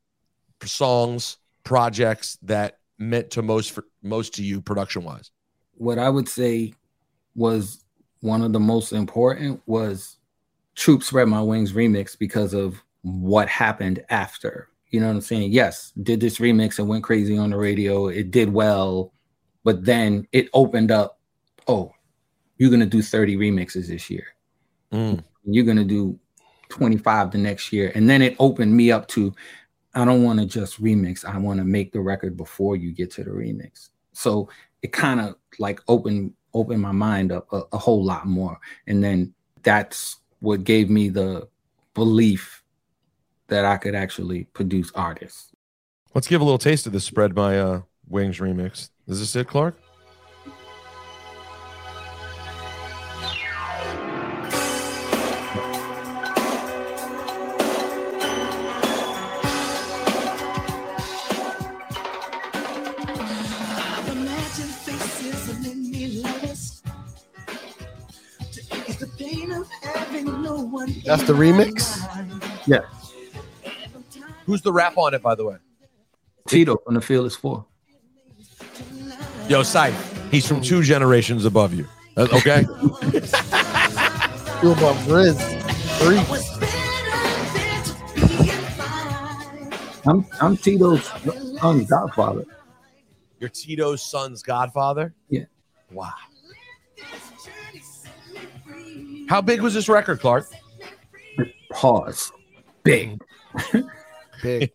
S7: songs projects that meant to most for most to you production wise
S8: what I would say was one of the most important was Troop Spread My Wings remix because of what happened after. You know what I'm saying? Yes, did this remix and went crazy on the radio. It did well, but then it opened up. Oh, you're gonna do 30 remixes this year. You're gonna do 25 the next year. And then it opened me up to I don't want to just remix. I want to make the record before you get to the remix. So it kind of like opened opened my mind up a, a whole lot more. And then that's what gave me the belief that I could actually produce artists.
S7: Let's give a little taste of this spread by uh, Wings remix. Is this it, Clark?
S10: Imagine faces of many lovers. To ease the pain of having no one.
S3: That's the remix.
S8: Yeah.
S7: Who's the rap on it, by the way?
S8: Tito on the field is four.
S7: Yo, Scythe. He's from two generations above you. Uh, okay? (laughs)
S3: You above Grizz. Three.
S8: I'm I'm Tito's um, godfather.
S7: You're Tito's son's godfather?
S8: Yeah.
S7: Wow. How big was this record, Clark?
S8: Pause. Big.
S3: Big.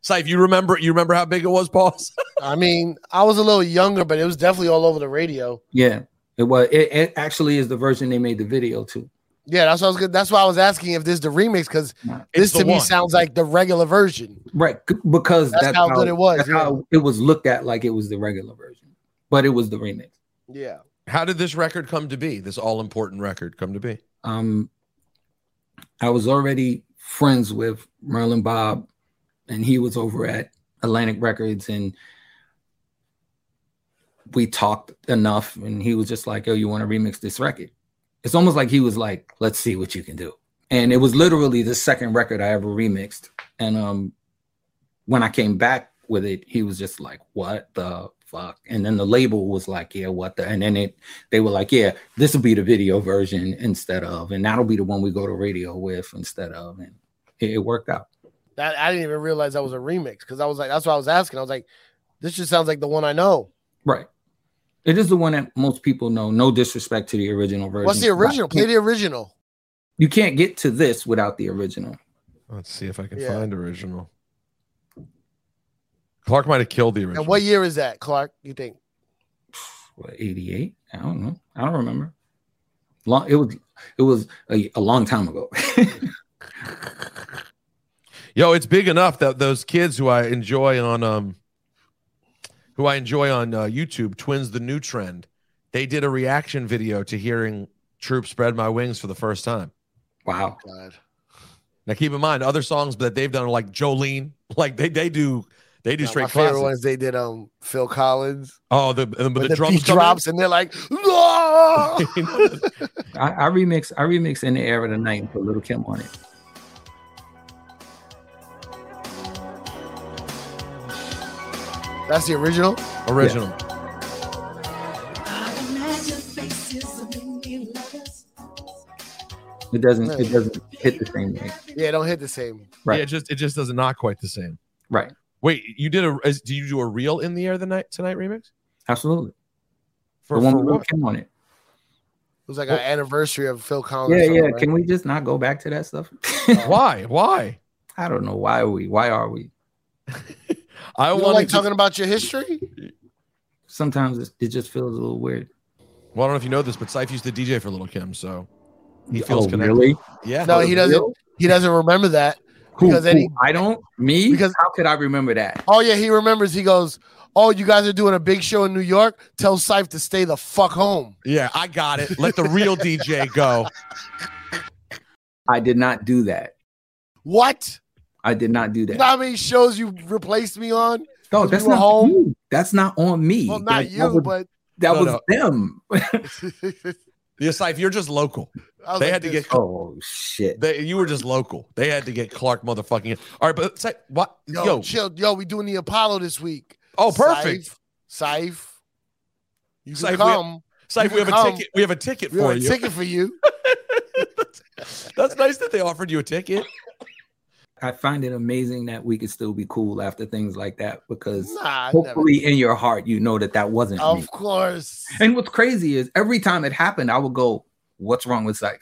S7: Scythe, you remember you remember how big it was, (laughs) Pauls?
S3: I mean, I was a little younger, but it was definitely all over the radio.
S8: Yeah. It was it, it actually is the version they made the video to.
S3: Yeah, that's what I was. Good. That's why I was asking if this is the remix because
S7: It's
S3: this
S7: the
S3: to me
S7: one.
S3: sounds like the regular version.
S8: Right, c- because
S3: That's
S8: that's,
S3: how good it was,
S8: That's
S3: yeah.
S8: how it was looked at like it was the regular version, but it was the remix.
S3: Yeah.
S7: How did this record come to be? This all important record come to be?
S8: Um, I was already friends with Merlin Bob, and he was over at Atlantic Records, and we talked enough, and he was just like, "Yo, you want to remix this record?" It's almost like he was like, "Let's see what you can do," and it was literally the second record I ever remixed, and um, when I came back with it, he was just like, "What the fuck. And then the label was like, yeah, what the? And then it they were like, yeah, this will be the video version instead of, and that'll be the one we go to radio with instead of. And it, it worked out.
S3: That I didn't even realize that was a remix because I was like, that's what I was asking. I was like, this just sounds like the one I know.
S8: Right. It is the one that most people know. No disrespect to the original version.
S3: What's the original?
S8: Like,
S3: Play the original.
S8: You can't get to this without the original.
S7: Let's see if I can
S3: Yeah.
S7: find original. Clark might have killed the original.
S3: And what year is that, Clark? You think?
S8: What, 88? I don't know. I don't remember. Long, it was it was a, a long time ago. (laughs)
S7: Yo, it's big enough that those kids who I enjoy on um who I enjoy on uh, YouTube, Twins the New Trend, they did a reaction video to hearing Troop Spread My Wings for the first time.
S8: Wow.
S3: God.
S7: Now keep in mind other songs that they've done are like Jolene, (laughs) like they they do they do
S3: Nah, my
S7: straight
S3: favorite
S7: classics.
S3: ones they did um Phil Collins.
S7: Oh, the the, the,
S3: When the
S7: drums
S3: beat
S7: come in.
S3: drops and they're like, "No!"
S7: (laughs)
S8: I, I remix I remix in the air of the night and put Little Kim on it.
S3: that's the original.
S7: original.
S8: It doesn't
S3: Right.
S8: it doesn't hit the same way.
S3: Yeah, don't hit the same.
S8: Right.
S7: Yeah, it just it just doesn't not quite the same.
S8: Right.
S7: Wait, you did a is, do you do a real in the air the night tonight remix?
S8: Absolutely.
S7: For,
S8: the one
S7: for
S8: with Little
S7: what?
S8: Kim on it.
S3: It was like an anniversary of Phil Collins.
S8: Yeah,
S3: song,
S8: yeah.
S3: right?
S8: Can we just not go back to that stuff? (laughs)
S7: Why? Why?
S8: I don't know. Why are we? Why are we?
S7: I
S3: You don't like
S7: want like
S3: talking about your history?
S8: Sometimes it, it just feels a little weird.
S7: Well, I don't know if you know this, but Syfe used to DJ for Little Kim, so he feels
S8: Oh,
S7: connected.
S8: really?
S7: Yeah.
S3: No, he doesn't.
S8: Really?
S3: He doesn't remember that
S8: Who,
S3: because then
S8: who?
S3: he,
S8: I don't. Me?
S3: Because-
S8: how could I remember that?
S3: oh yeah, he remembers. He goes, "Oh, you guys are doing a big show in New York. Tell Syfe to stay the fuck home."
S7: Yeah, I got it. Let the real DJ go.
S8: I did not do that.
S3: What?
S8: I did not do
S3: You
S8: that.
S3: know how many shows you replaced me on?
S8: no,
S3: 'cause
S8: that's
S3: we were
S8: not
S3: home.
S8: you. That's not on me.
S3: Well,
S8: That-
S3: not
S8: that
S3: you,
S8: was-
S3: but
S8: that
S7: No,
S8: was
S7: no.
S8: them.
S7: Yeah, Syfe, you're just local.
S3: I was
S7: They
S3: like,
S7: had to
S3: this-
S7: get
S8: oh shit.
S7: they, you were just local. They had to get Clark motherfucking. All right, but Syfe, what?
S3: yo,
S7: Yo,
S3: chill, yo. We doing the Apollo this week.
S7: oh, perfect.
S3: Syfe, Syfe, you can
S7: Syfe, we-
S3: come.
S7: Syfe,
S3: you
S7: we have a
S3: come.
S7: ticket. We have a ticket
S3: We have
S7: for
S3: a
S7: you.
S3: ticket for you.
S7: That's nice that they offered you a ticket.
S8: I find it amazing that we could still be cool after things like that because
S3: Nah, I never.
S8: hopefully in your heart you know that that wasn't me.
S3: Of course.
S8: And what's crazy is every time it happened, I would go, "What's wrong with Syfe?"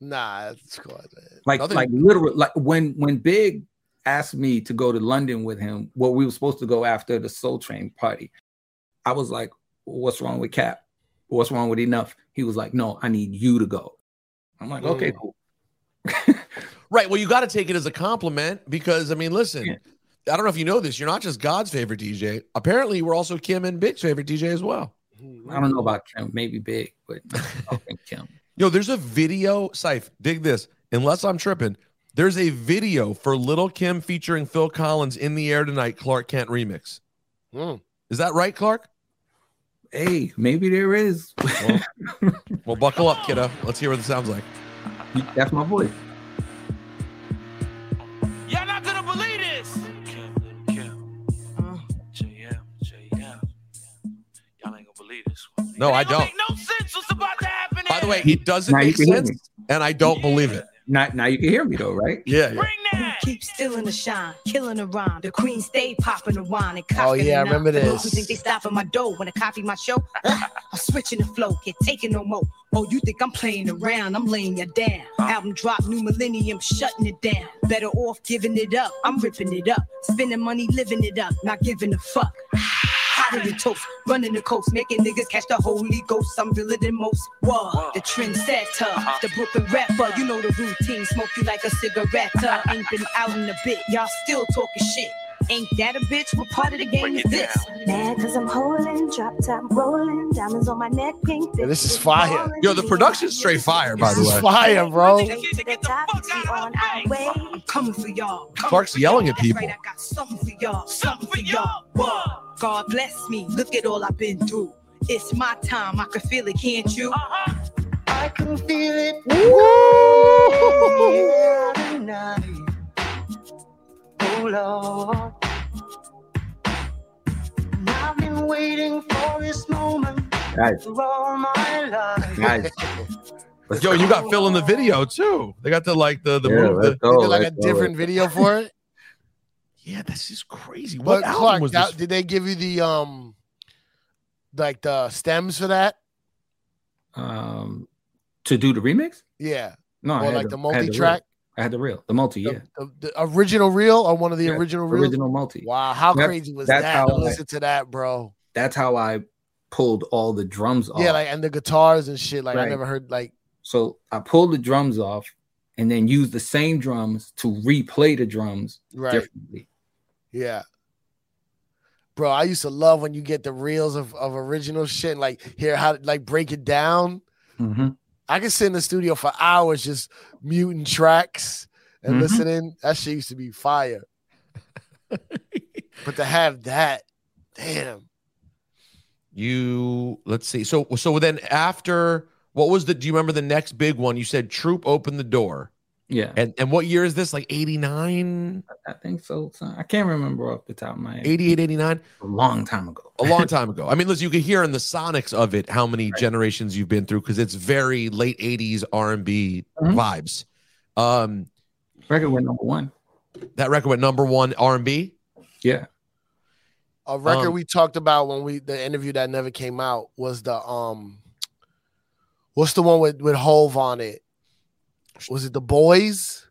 S3: Nah, it's cool. man.
S8: Like,
S7: Nothing.
S8: like literally, like when when Big asked me to go to London with him, well, we were supposed to go after the Soul Train party. I was like, "What's wrong with Cap? What's wrong with Enough?" He was like, "No, I need you to go." I'm like, "Okay, cool."
S7: Right. Well, you got to take it as a compliment because I mean, listen,
S8: Yeah.
S7: I don't know if you know this. You're not just God's favorite DJ. Apparently, you were also Kim and Big's favorite DJ as well.
S8: I don't know about Kim, maybe Big, (laughs) but I don't think Kim.
S7: Yo, there's a video, Syfe, dig this. Unless I'm tripping, there's a video for Little Kim featuring Phil Collins in the air tonight, Clark Kent remix. Hmm.
S3: Mm.
S7: Is that right, Clark?
S8: Hey, maybe there is.
S7: Well, well, buckle up, kiddo. Let's hear what it sounds like.
S8: (laughs) That's my voice.
S9: Y'all not gonna believe this. Kim, Kim, JM, JM. Y'all ain't gonna believe this one.
S7: No,
S9: It
S7: I
S9: ain't gonna
S7: don't.
S9: Make no sense. What's about to happen?
S7: By the
S9: here.
S7: way, it doesn't
S8: Now you
S7: make
S8: can hear me.
S7: sense, and I don't believe it.
S8: Now, now you can hear me though, right?
S7: Yeah, yeah.
S9: bring that.
S11: Keep stealing the shine, killing the rhyme. The queen stay popping the wine and cocking
S3: Oh, yeah,
S11: the
S3: I
S11: nine.
S3: remember
S11: The
S3: this.
S11: Who think they stopping my dough when I copy my show? (laughs) I'm switching the flow, can't take it no more. Oh, you think I'm playing around? I'm laying you down. Album drop, new millennium, shutting it down. Better off giving it up. I'm ripping it up, spending money, living it up, not giving a fuck. Hotter than toast, running the coast, making niggas catch the Holy Ghost. I'm realer than most. Whoa, the trendsetter, the Brooklyn rapper. You know the routine, smoke you like a cigarette. uh. Ain't been out in a bit, y'all still talking shit. Ain't that a bitch? What part of the game is this?
S12: Mad cause I'm holding, drop top rolling, diamonds on my neck, pink.
S3: Yeah, this is fire.
S7: Yo, the production's straight fire, by
S3: This
S7: the
S3: is
S7: way.
S3: fire,
S7: Oh.
S3: bro.
S11: I'm coming for y'all. Coming
S7: Clark's
S11: for
S7: yelling
S11: y'all.
S7: at people.
S11: That's right, I got something for y'all. Something for y'all. Whoa. God bless me. Look at all I've been through. It's my time. I can feel it, can't you?
S10: I can feel it. (laughs) Oh Lord. And I've been waiting for this moment
S8: Nice.
S10: for all my life.
S8: Nice.
S7: Yo, you got Phil in the video too. They got the like the the,
S8: (laughs) Yeah,
S7: move,
S8: let's
S7: the
S8: go, They did, like, let's a go.
S3: Different video for it.
S7: yeah, this is crazy.
S3: But
S7: (laughs) What album
S3: Clark,
S7: was
S3: that-
S7: this?
S3: did they give you the um, like the stems for that?
S8: Um, to do the remix?
S3: Yeah.
S8: No, Oh, I
S3: Or
S8: had
S3: like the
S8: I had
S3: multi-track?
S8: reel. I had the reel, the multi. Yeah,
S3: The, the original reel or one of the
S8: Yeah,
S3: original reels?
S8: original multi.
S3: Wow, how
S8: That-
S3: crazy was
S8: that's
S3: that?
S8: how
S3: To
S8: I-
S3: listen to that, bro.
S8: That's how I pulled all the drums off.
S3: Yeah, like and the guitars and shit. Like I
S8: Right.
S3: never heard like
S8: So I pulled the drums off and then used the same drums to replay the drums
S3: Right.
S8: differently.
S3: yeah. Bro, I used to love when you get the reels of, of original shit and like hear how to like break it down. I could sit in the studio for hours just muting tracks and
S8: Mhm.
S3: listening. That shit used to be fire. but to have that, damn.
S7: You let's see. So so then after what was the? Do you remember the next big one? You said Troop opened the door.
S8: Yeah.
S7: And and what year is this? Like 89,
S8: I think so. son. I can't remember off the top of my head.
S7: 88, 89?
S8: A long time ago.
S7: A long time ago. I mean, listen, you can hear in the sonics of it how many generations you've been through because it's very late 80s R&B
S3: Mm-hmm.
S7: vibes. Um
S8: record went number 1.
S7: That record went number 1 R&B?
S8: Yeah.
S3: A record
S7: Um,
S3: we talked about when we the interview that never came out was the um what's the one with with Hove on it? Was it the boys?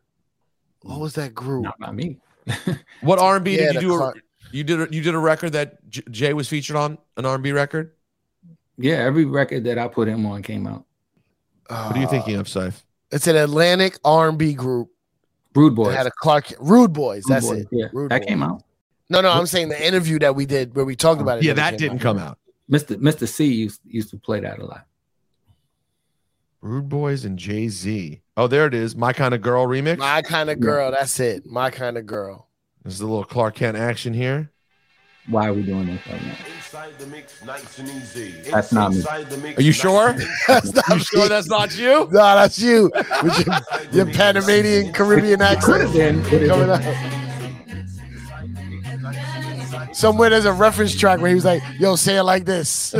S3: What was that group?
S8: Not, not me. (laughs)
S7: What R&B
S3: Yeah, the
S7: did you do? A,
S3: Clark-
S7: you did a, you did a record that J- Jay was featured on an R&B record?
S8: Yeah, every record that I put him on came out.
S7: What
S3: Uh,
S7: are you thinking of, Sif?
S3: It's an Atlantic R and B group.
S8: Rude
S3: that
S8: Boys.
S3: had a Clark Rude Boys.
S8: Rude
S3: that's
S8: Boys,
S3: it.
S8: Yeah.
S3: Rude
S8: that
S3: Boys.
S8: came out.
S3: No, no, I'm saying the interview that we did where we talked about it.
S7: Yeah,
S3: never
S7: that didn't come out.
S8: Mr. Mr. C used used to play that a lot.
S7: Rude Boys and Jay-Z. Oh, there it is. My Kind of Girl remix.
S3: My kind of girl. That's it. My kind of girl. (laughs)
S7: This is a little Clark Kent action here.
S8: Why are we doing this right now?
S13: Inside the mix, nice and easy.
S8: That's not me.
S13: Inside the mix,
S7: Are you
S13: nice
S7: sure?
S13: and easy.
S3: (laughs) That's not
S7: (laughs) you sure that's not you?
S3: No, that's you with
S7: (laughs)
S3: your, (laughs) your Panamanian Caribbean accent. Coming up. Somewhere there's a reference track where he was like, "Yo, say it like this."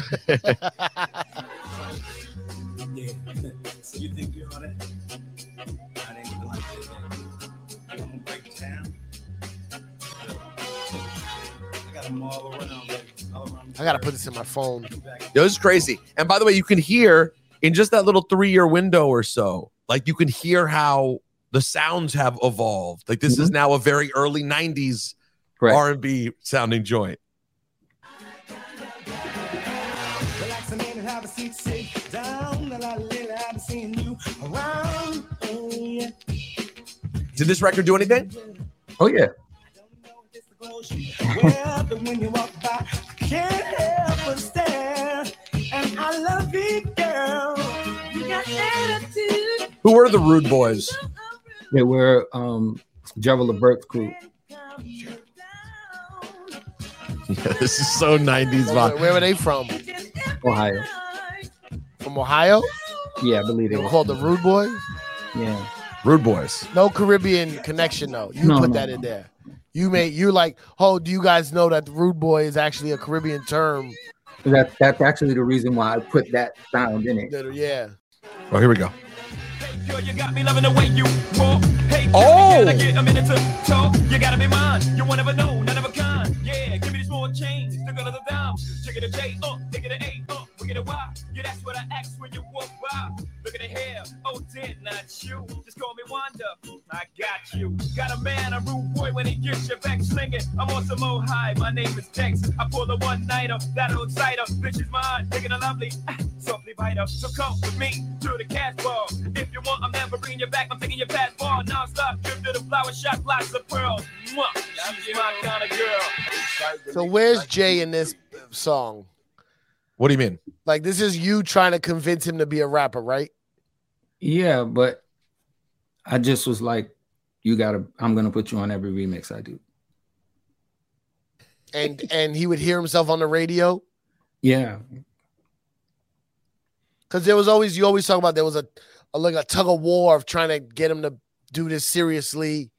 S10: you think you're on it? I didn't even like it. I'm gonna break it down. I got 'em all around, like, all around.
S3: I gotta put this in my phone.
S7: It was crazy. And by the way, you can hear in just that little three year window or so, like you can hear how the sounds have evolved. Like this is now a very early '90s
S8: Right.
S7: R and B sounding joint.
S10: Relax and then have a seat, sit down. La la la, I haven't seen you around. Oh, yeah.
S7: Did this record do anything?
S8: Oh yeah.
S10: Well, but when you walk by, I can't help but stare. And I love you, girl. You got attitude.
S7: Who were the Rude Boys?
S8: They were um Gerald LeBurt's crew.
S7: Yeah, (laughs) this is so '90s
S3: Where,
S7: vibe.
S3: where were they from?
S8: Ohio.
S3: From Ohio?
S8: Yeah, I believe
S3: They
S8: it.
S3: were called the Rude Boys.
S8: Yeah.
S7: Rude Boys.
S3: No Caribbean connection though. You
S8: No,
S3: put
S8: no,
S3: that in there. You made you like, oh, do you guys know that the Rude Boy is actually a Caribbean term?
S8: That that's actually the reason why I put that sound in it.
S3: That are- yeah.
S7: Oh, here we go.
S9: Girl, you got me loving the way you walk. Hey, girl,
S7: Oh.
S9: can I get a minute to talk? You gotta be mine. You won't ever know, none of a kind. Yeah, give me this more change. The girl of the dime. Check it a J, uh, take it a A, uh, we get a Y. Yeah, that's what I ask when you walk by. Look at the hair. Oh, did not you? Just call me Wanda. I got you. Got a man, a rude boy when he gets your back slinging. I'm on some old high. My name is Dex. I pull the one nighter. That old cider. Bitch is mine. Taking a lovely, ah, softly biter. So come with me to the cash bar. If you want, I'm never bringing you back. I'm taking your past bar. Non-stop trip to the flower shop. Lots of pearls. Mwah. She's my kind of girl.
S3: So where's Jay in this song?
S7: What do you mean?
S3: Like this is you trying to convince him to be a rapper, right?
S8: Yeah, but I just was like, you gotta I'm gonna put you on every remix I do.
S3: And and he would hear himself on the radio.
S8: Yeah.
S3: Cause there was always you always talk about there was a, a like a tug of war of trying to get him to do this seriously.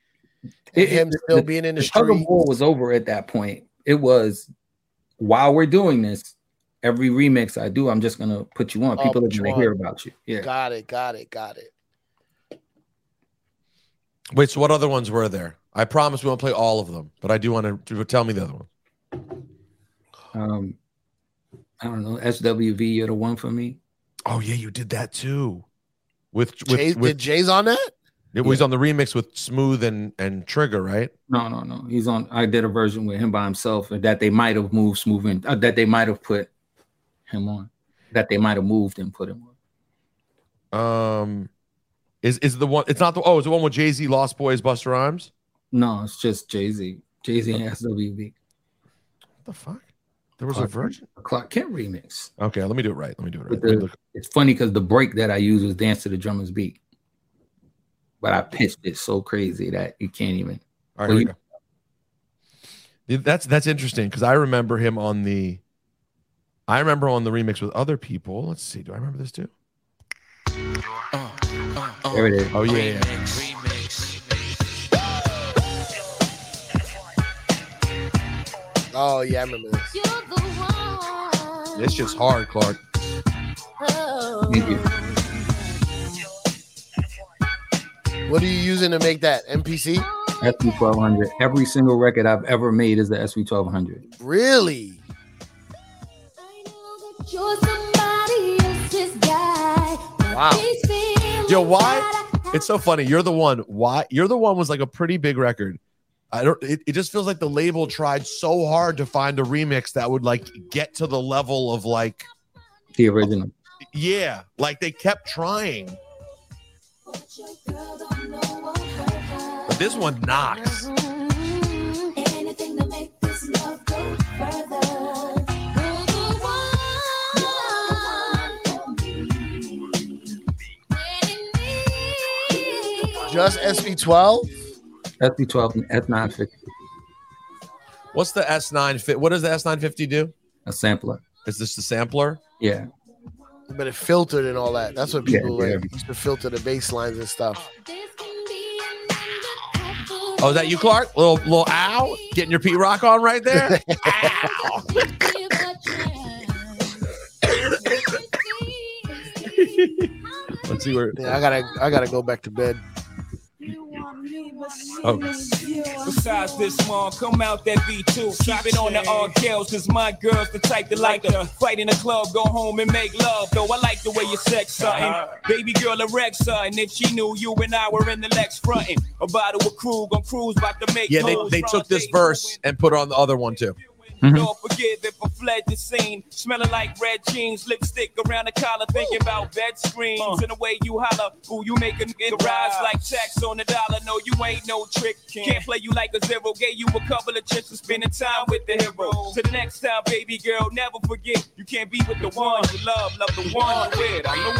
S3: And him still being in the,
S8: tug of
S3: street.
S8: war was over at that point. It was while we're doing this, every remix I do, I'm just gonna put you on.
S3: Oh,
S8: People are
S3: put you
S8: gonna
S3: on.
S8: hear about you. Yeah.
S3: Got it. Got it. Got it.
S7: Wait, so what other ones were there? I promise we won't play all of them, but I do want to tell me the other one.
S8: Um, I don't know. SWV, you're the one for me.
S7: Oh yeah, you did that too. With with,
S8: Jay-
S7: with
S8: did Jay's on that?
S7: It was on the remix with Smooth and and Trigger, right?
S8: No, no, no. He's on. I did a version with him by himself that they might have moved Smooth in, uh, that they might have put him on, that they might have moved and put him
S7: on. Um, is is the one? It's not the. Oh, it's the one with Jay Z, Lost Boys, Buster Rhymes.
S8: No, it's just Jay Z. Jay Z and SWV.
S7: What the fuck? There was
S8: Clark-
S7: a version.
S8: Clark Kent remix.
S7: Okay, let me do it right. Let me do it right. Let
S8: But
S7: me
S8: the-
S7: look-
S8: it's funny because the break that I used was "Dance to the Drummer's Beat," but I pitched it so crazy that you can't even.
S7: All right,
S8: Well,
S7: here we
S8: you-
S7: go. Yeah, That's that's interesting because I remember him on the. I remember on the remix with other people. Let's see. Do I remember this too?
S8: There it is.
S7: Oh yeah, yeah.
S3: Oh yeah, I remember this.
S7: It's just hard, Clark.
S8: Thank you.
S3: What are you using to make that MPC?
S8: SV twelve hundred. Every single record I've ever made is the SV twelve hundred.
S3: Really?
S7: Wow. Yo, why? It's so funny. You're the one. Why? You're the one was like a pretty big record. I don't. It, it just feels like the label tried so hard to find a remix that would like get to the level of like
S8: The original.
S7: yeah, like they kept trying. But this one knocks.
S3: Just SV12?
S8: SV twelve and S nine fifty.
S7: What's the S nine fit? What does the S nine fifty do?
S8: A sampler.
S7: Is this the sampler?
S8: Yeah.
S3: But it filtered and all that. That's what
S7: Yeah,
S3: people
S7: yeah.
S3: like used to filter the bass lines and stuff.
S7: Oh, is that you, Clark? Little little ow, getting your P rock on right (laughs) there. ow. Let's see where.
S3: Yeah, I gotta I gotta go back to bed.
S9: Besides this song, come out that V2. Keep it on the all girls, cause my girl's the type that like to fight in the club, go home and make love. Though I like the way you sex something.
S7: Uh-huh.
S9: Baby girl erects her, and if she knew you and I were in the Lex frontin', Oh, a bottle of Krug on cruise, about to make
S7: Yeah, they,
S9: moves
S7: they
S9: from
S7: took this verse and put it on the other one too.
S9: Don't forgive if I fled the scene. Smelling like red jeans, lipstick around the collar, thinking about bed screens. And the way you holler, ooh, you make a nigga rise like tax on the dollar. No, you ain't no trick. Can't play you like a zero. Gave you a couple of chips for spending time with the hero. So the next time, baby girl, never forget. You can't be with the one you love, love the one you with. I'm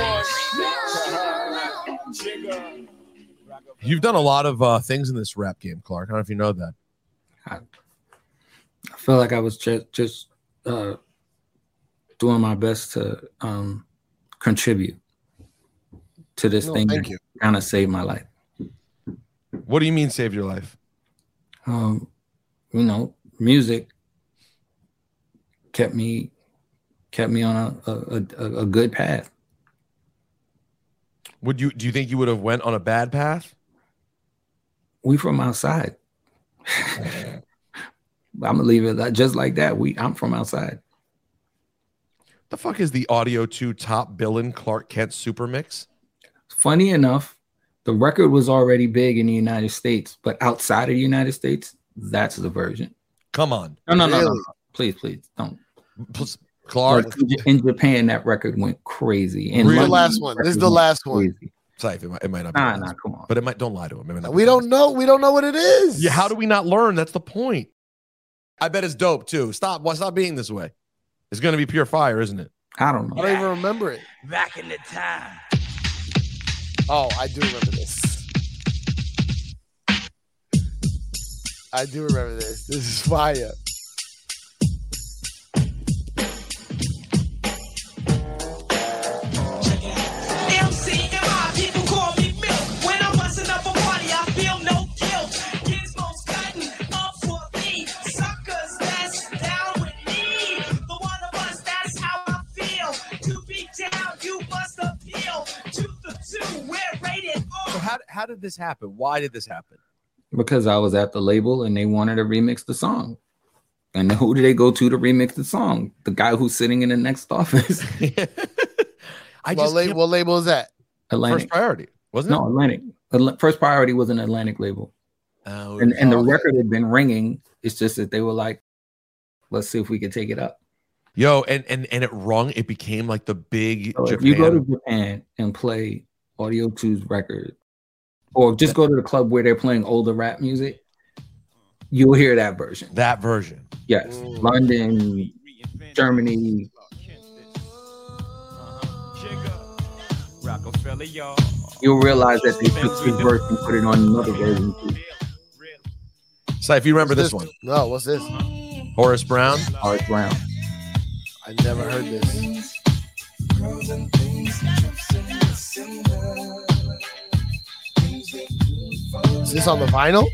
S9: the one.
S7: You've done a lot of uh, things in this rap game, Clark. I don't know if you know that.
S8: I feel like I was just just uh, doing my best to um, contribute to this
S7: No,
S8: thing.
S7: thank you.
S8: Kind of saved my life.
S7: What do you mean saved your life?
S8: Um, you know, music kept me kept me on a a, a, a good path.
S7: Would you do you think you would have went on a bad path?
S8: We from outside. (laughs) I'm gonna leave it like- just like that. We I'm from outside.
S7: The fuck is the Audio 2 top Billin Clark Kent super mix?
S8: funny enough, the record was already big in the United States, but outside of the United States, that's the version.
S7: Come on.
S8: No, no, no, no,
S7: Really?
S8: no. Please, please don't.
S7: Clark.
S8: Like, in Ja- in Japan, that record went crazy. In
S3: Really?
S8: London,
S3: The last one.
S8: that
S3: This is
S8: record
S3: the
S8: went
S3: last one.
S8: crazy.
S7: Safe, it might, it might not be.
S8: Nah,
S7: the
S8: nah,
S7: last
S8: come on.
S7: But it might don't lie to him. It might not be
S3: We
S7: the
S3: don't know. We don't know what it
S7: last.
S3: is.
S7: Yeah, how do we not learn? That's the point. I bet it's dope too. Stop. Why stop being this way? It's gonna be pure fire, isn't it?
S8: I don't know.
S3: I don't even remember it.
S9: Back in the time.
S3: Oh, I do remember this. I do remember this. This is fire.
S10: MC and my people call me milk. When I'm busting up a party, I feel no guilt. Gizmos cutting up for me. Suckers that's down with me.
S14: how did this happen? Why did this
S7: (laughs)
S14: happen?
S8: because I was at the label and they wanted to remix the song. And (laughs) who do they go to to remix the song? The guy who's sitting in the next (laughs) office.
S3: I what, la- what label is that?
S8: Atlantic.
S7: First priority, wasn't
S8: no,
S7: it?
S8: Atlantic. Atl- First priority was an Atlantic label.
S7: Oh,
S8: and and the record had been ringing. It's just that they were like, let's see if we can take it up.
S7: Yo, and and and it rung. It became like the big.
S8: So Oh,
S7: Oh,
S8: if
S7: Japan.
S8: you go to Japan and play Audio 2's record, or just go to the club where they're playing older rap music, you'll hear that version.
S7: That version.
S8: Yes. London, Germany.
S9: Rockefeller, y'all.
S8: You'll realize that they took this verse and put it on another version. too.
S7: so if you remember this, one,
S3: No, what's this?
S7: Horace Brown.
S8: Horace Brown.
S3: I never heard this. Is this on the vinyl?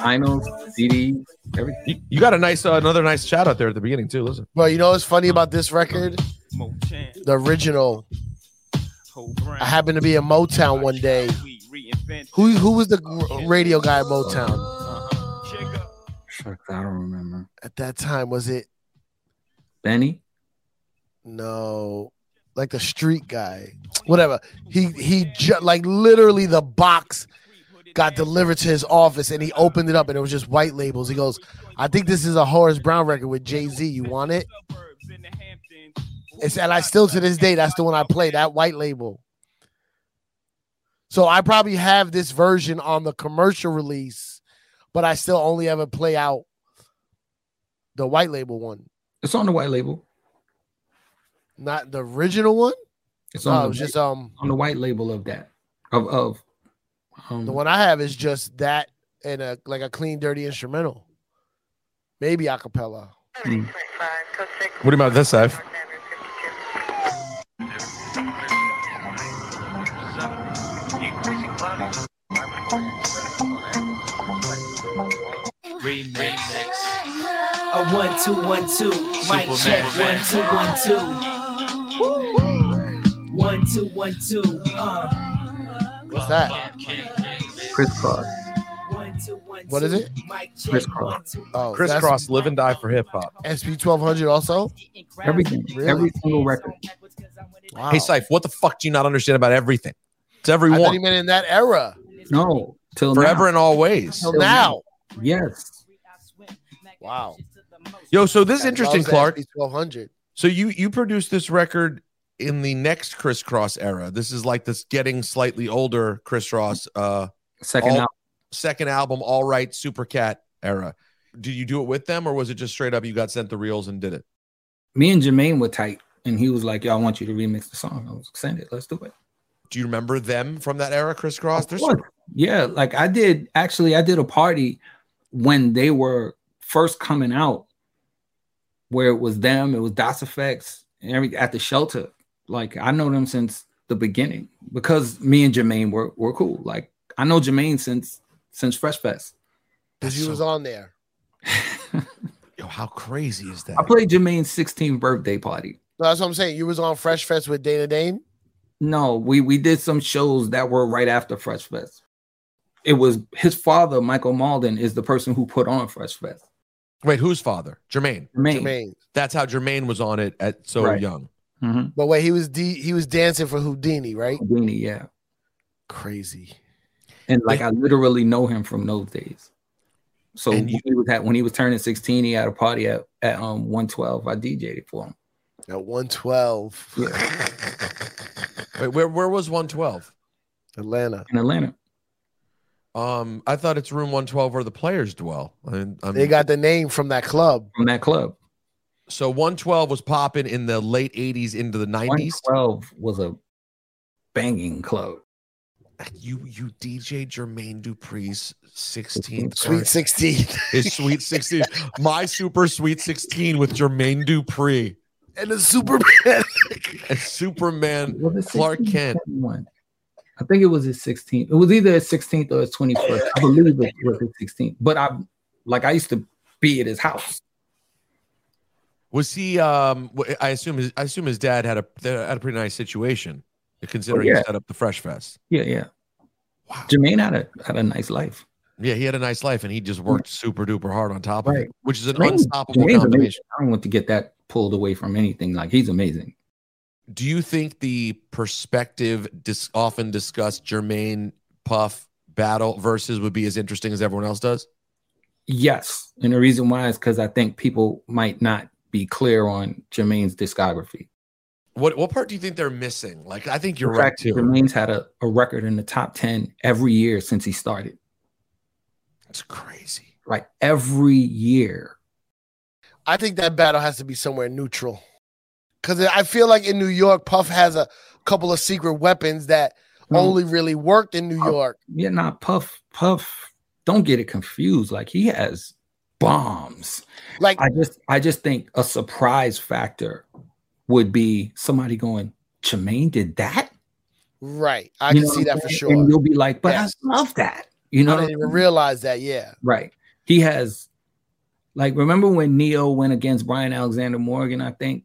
S8: Vinyl, CD, everything.
S7: You, you got a nice, uh, another nice shout out there at the beginning too. Listen,
S3: Bro, you know what's funny about this record? The original. I happened to be in Motown one day. Who who was the gr- radio guy at Motown
S8: Shucks, I don't remember.
S3: at that time? Was it
S8: Benny?
S3: no, like the street guy, whatever. He he ju- like literally the box got delivered to his office and he opened it up and it was just white labels. He goes, "I think this is a Horace Brown record with Jay Z. You want it?" It's and I still to this day that's the one I play that white label. So I probably have this version on the commercial release, but I still only ever play out the white label one,
S8: It's on the white label.
S3: not the original one.
S8: It's
S3: No,
S8: on,
S3: it
S8: the,
S3: was just
S8: white-
S3: um
S8: on the white label of that. Of of um,
S3: the one I have is just that and a like a clean, dirty instrumental, maybe acapella.
S7: what do you about this, Seth?
S15: A one two one two. Mic check. One two one two. One two one two. Uh.
S3: What's that?
S8: crisscross.
S3: What is it?
S7: Crisscross.
S3: Oh,
S7: Crisscross, live and die for hip hop.
S3: that's SB twelve hundred also.
S8: Everything,
S3: Really?
S8: every single record.
S3: Wow.
S7: Hey, Syph, what the fuck do you not understand about everything? It's
S3: I thought he
S7: everyone,
S3: meant in that era.
S8: No, till
S7: forever
S8: now.
S7: and always.
S3: Till now.
S8: Yes,
S3: Wow.
S7: Yo, so this is interesting, Clark.
S3: Twelve hundred.
S7: So you you produced this record in the next crisscross era. This is like this getting slightly older crisscross uh
S8: second
S7: all-
S8: album.
S7: second album, all right, super cat era. Did you do it with them or was it just straight up you got sent the reels and did it?
S8: Me and Jermaine were tight, and he was like, "Yo, I want you to remix the song." I was excited. Let's do it.
S7: Do you remember them from that era, crisscross? They're
S8: course. Yeah, like I did. Actually, I did a party when they were first coming out, where it was them, it was DOS Effects, and every at the shelter. Like I know them since the beginning because me and Jermaine were were cool. Like I know Jermaine since since Fresh Fest.
S3: Because you was on there.
S7: Yo, how crazy is that?
S8: I played Jermaine's 16th birthday party.
S3: No, that's what I'm saying. You was on Fresh Fest with Dana Dane.
S8: No, we we did some shows that were right after Fresh Fest. It was his father, Michael Malden, is the person who put on Fresh Fest.
S7: Wait, whose father? Jermaine.
S8: Jermaine.
S3: Jermaine.
S7: That's how Jermaine was on it at so
S8: Right.
S7: young.
S8: Mhm.
S3: But wait, he was D he was dancing for Houdini, right?
S8: Houdini, yeah.
S3: Crazy.
S8: And like I literally know him from those days. So
S7: And you-
S8: when, he was at, when he was turning 16, he had a party at, at um 112. I DJ'd it for him.
S3: At 112.
S7: Wait, where where was 112?
S3: Atlanta.
S8: in Atlanta.
S7: Um, I thought it's room 112 where the players dwell. I, mean, I
S3: They
S7: mean-
S3: got the name from that club. (laughs)
S8: From that club.
S7: so 112 was popping in the late 80s into the 90s.
S8: 112 was a banging club.
S7: You you DJ Jermaine Dupri's 16th
S3: Sweet
S7: birth-
S3: 16.
S7: his sweet
S8: (laughs)
S7: 16 my super sweet 16 with Jermaine Dupri
S3: and the Superman.
S7: and Superman
S8: Was it
S7: Clark
S8: 16?
S7: Kent.
S8: 21. I think it was his 16th. It was either his 16th or his 21st. I believe it was his 16th. But I like I used to be at his house.
S7: Was he um wh- I assume his, I assume his dad had a had a pretty nice situation. considering
S8: Oh, yeah.
S7: he set up the Fresh Fest.
S8: Yeah, yeah. Jermaine had a had a nice life.
S7: Yeah, he had a nice life, and he just worked super duper hard on top of
S8: Right.
S7: it, which is an
S8: Jermaine-
S7: unstoppable
S8: Jermaine's
S7: combination.
S8: amazing. I don't want to get that pulled away from anything. Like he's amazing.
S7: Do you think the perspective dis- often discussed Jermaine Puff battle versus would be as interesting as everyone else does?
S8: Yes, and the reason why is because I think people might not be clear on Jermaine's discography.
S7: What what part do you think they're missing? Like, I think you're
S8: The
S7: right
S8: fact
S7: too.
S8: that Jermaine's had a, a record in the top ten every year since he started.
S7: That's crazy.
S8: Like every year.
S3: I think that battle has to be somewhere neutral. Because I feel like in New York, Puff has a couple of secret weapons that
S8: Hmm.
S3: only really worked in New York.
S8: Yeah, not Puff. Puff. Don't get it confused. Like he has bombs.
S3: Like
S8: I just, I just think a surprise factor would be somebody going, "Jermaine did that."
S3: Right. I
S8: You
S3: can
S8: know
S3: see
S8: what I'm
S3: that for
S8: saying?
S3: sure.
S8: And you'll be like, "But
S3: Yes.
S8: I love that." You know,
S3: I
S8: what I'm
S3: didn't even
S8: saying?
S3: realize that. Yeah.
S8: right? He has, like, remember when Neo went against Brian Alexander Morgan? I think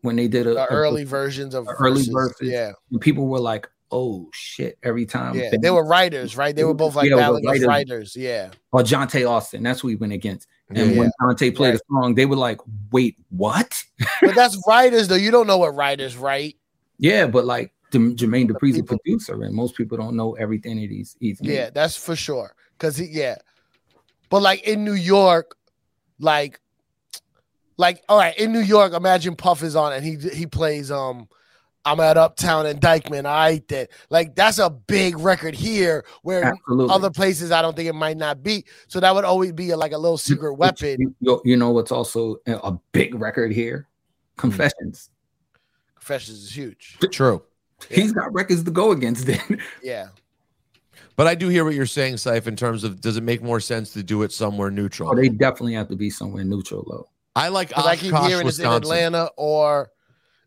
S8: when they did a,
S3: The
S8: a-
S3: early versions of
S8: a early
S3: verses,
S8: verses,
S3: Yeah.
S8: and people were like, "Oh shit!" Every time,
S3: Yeah.
S8: Bam.
S3: They were writers, right? They were both like
S8: Yeah, they were
S3: battling writers.
S8: writers.
S3: writers. Yeah.
S8: or Jonte Austin. That's who he went against. And
S3: Yeah.
S8: when Jonte played a song, they were like, wait, what?
S3: But that's writers though. You don't know what writers
S8: (laughs)
S3: write.
S8: yeah, but like J- Jermaine Dupri's a producer, and most people don't know everything that he's, he's made.
S3: Yeah, that's for sure. Cause he, yeah, but like in New York, like, like all right, in New York, imagine Puff is on and he he plays um, I'm at Uptown and Dykeman. I ate that. Like that's a big record here, where
S8: Absolutely.
S3: other places I don't think it might not be. So that would always be like a little secret weapon.
S8: You, you- you know what's also a- a big record here?
S3: Hmm.
S8: Confessions.
S3: Confessions is huge.
S7: True.
S8: He's got records to go against then. (laughs)
S3: Yeah,
S7: But I do hear what you're saying, Saif, in terms of does it make more sense to do it somewhere neutral?
S8: oh, they definitely have to be somewhere neutral, though.
S7: I like
S3: 'Cause I keep
S7: Oshkosh,
S3: hearing it's in
S7: Wisconsin.
S3: Atlanta or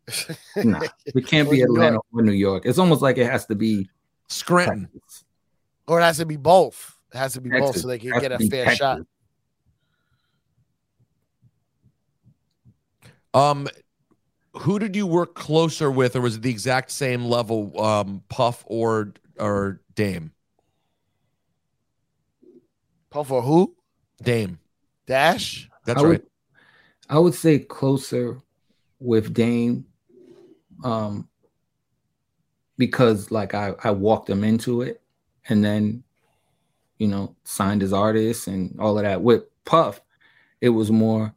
S3: (laughs)
S8: Nah, it can't be
S3: Or New York.
S8: Atlanta or New York. It's almost like it has to be
S3: Hmm.
S7: Scranton.
S3: or it has to be both. It has to be both
S8: Texas.
S3: so they can
S8: Has
S3: get
S8: to
S3: a
S8: be
S3: fair
S8: Texas.
S3: shot.
S7: Um, who did you work closer with, or was it the exact same level, um, Puff or or Dame?
S3: Puff or who?
S7: Dame.
S3: Dash.
S7: That's
S8: I
S7: right.
S8: would- I would say closer with Dame, um, because like I I walked him into it, and then, you know, signed his artist and all of that. With Puff, it was more.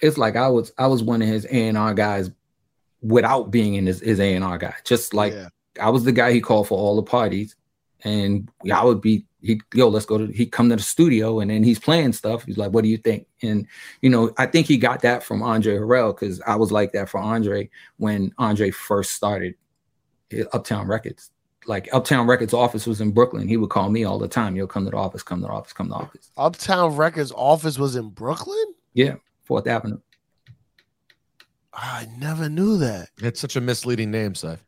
S8: It's like I was I was one of his A and R guys, without being in his his A and R guy. Just like I was the guy he called for all the parties, and I would be he yo let's go to he'd come to the studio and then he's playing stuff. He's like, what do you think? And you know, I think he got that from Andre Harrell because I was like that for Andre when Andre first started i- Uptown Records. Like Uptown Records office was in Brooklyn. He would call me all the time. Yo, come to the office. Come to the office. Come to the office.
S3: Uptown Records office was in Brooklyn.
S8: Yeah, Fourth Avenue.
S3: I never knew that.
S7: It's such a misleading name, Saif.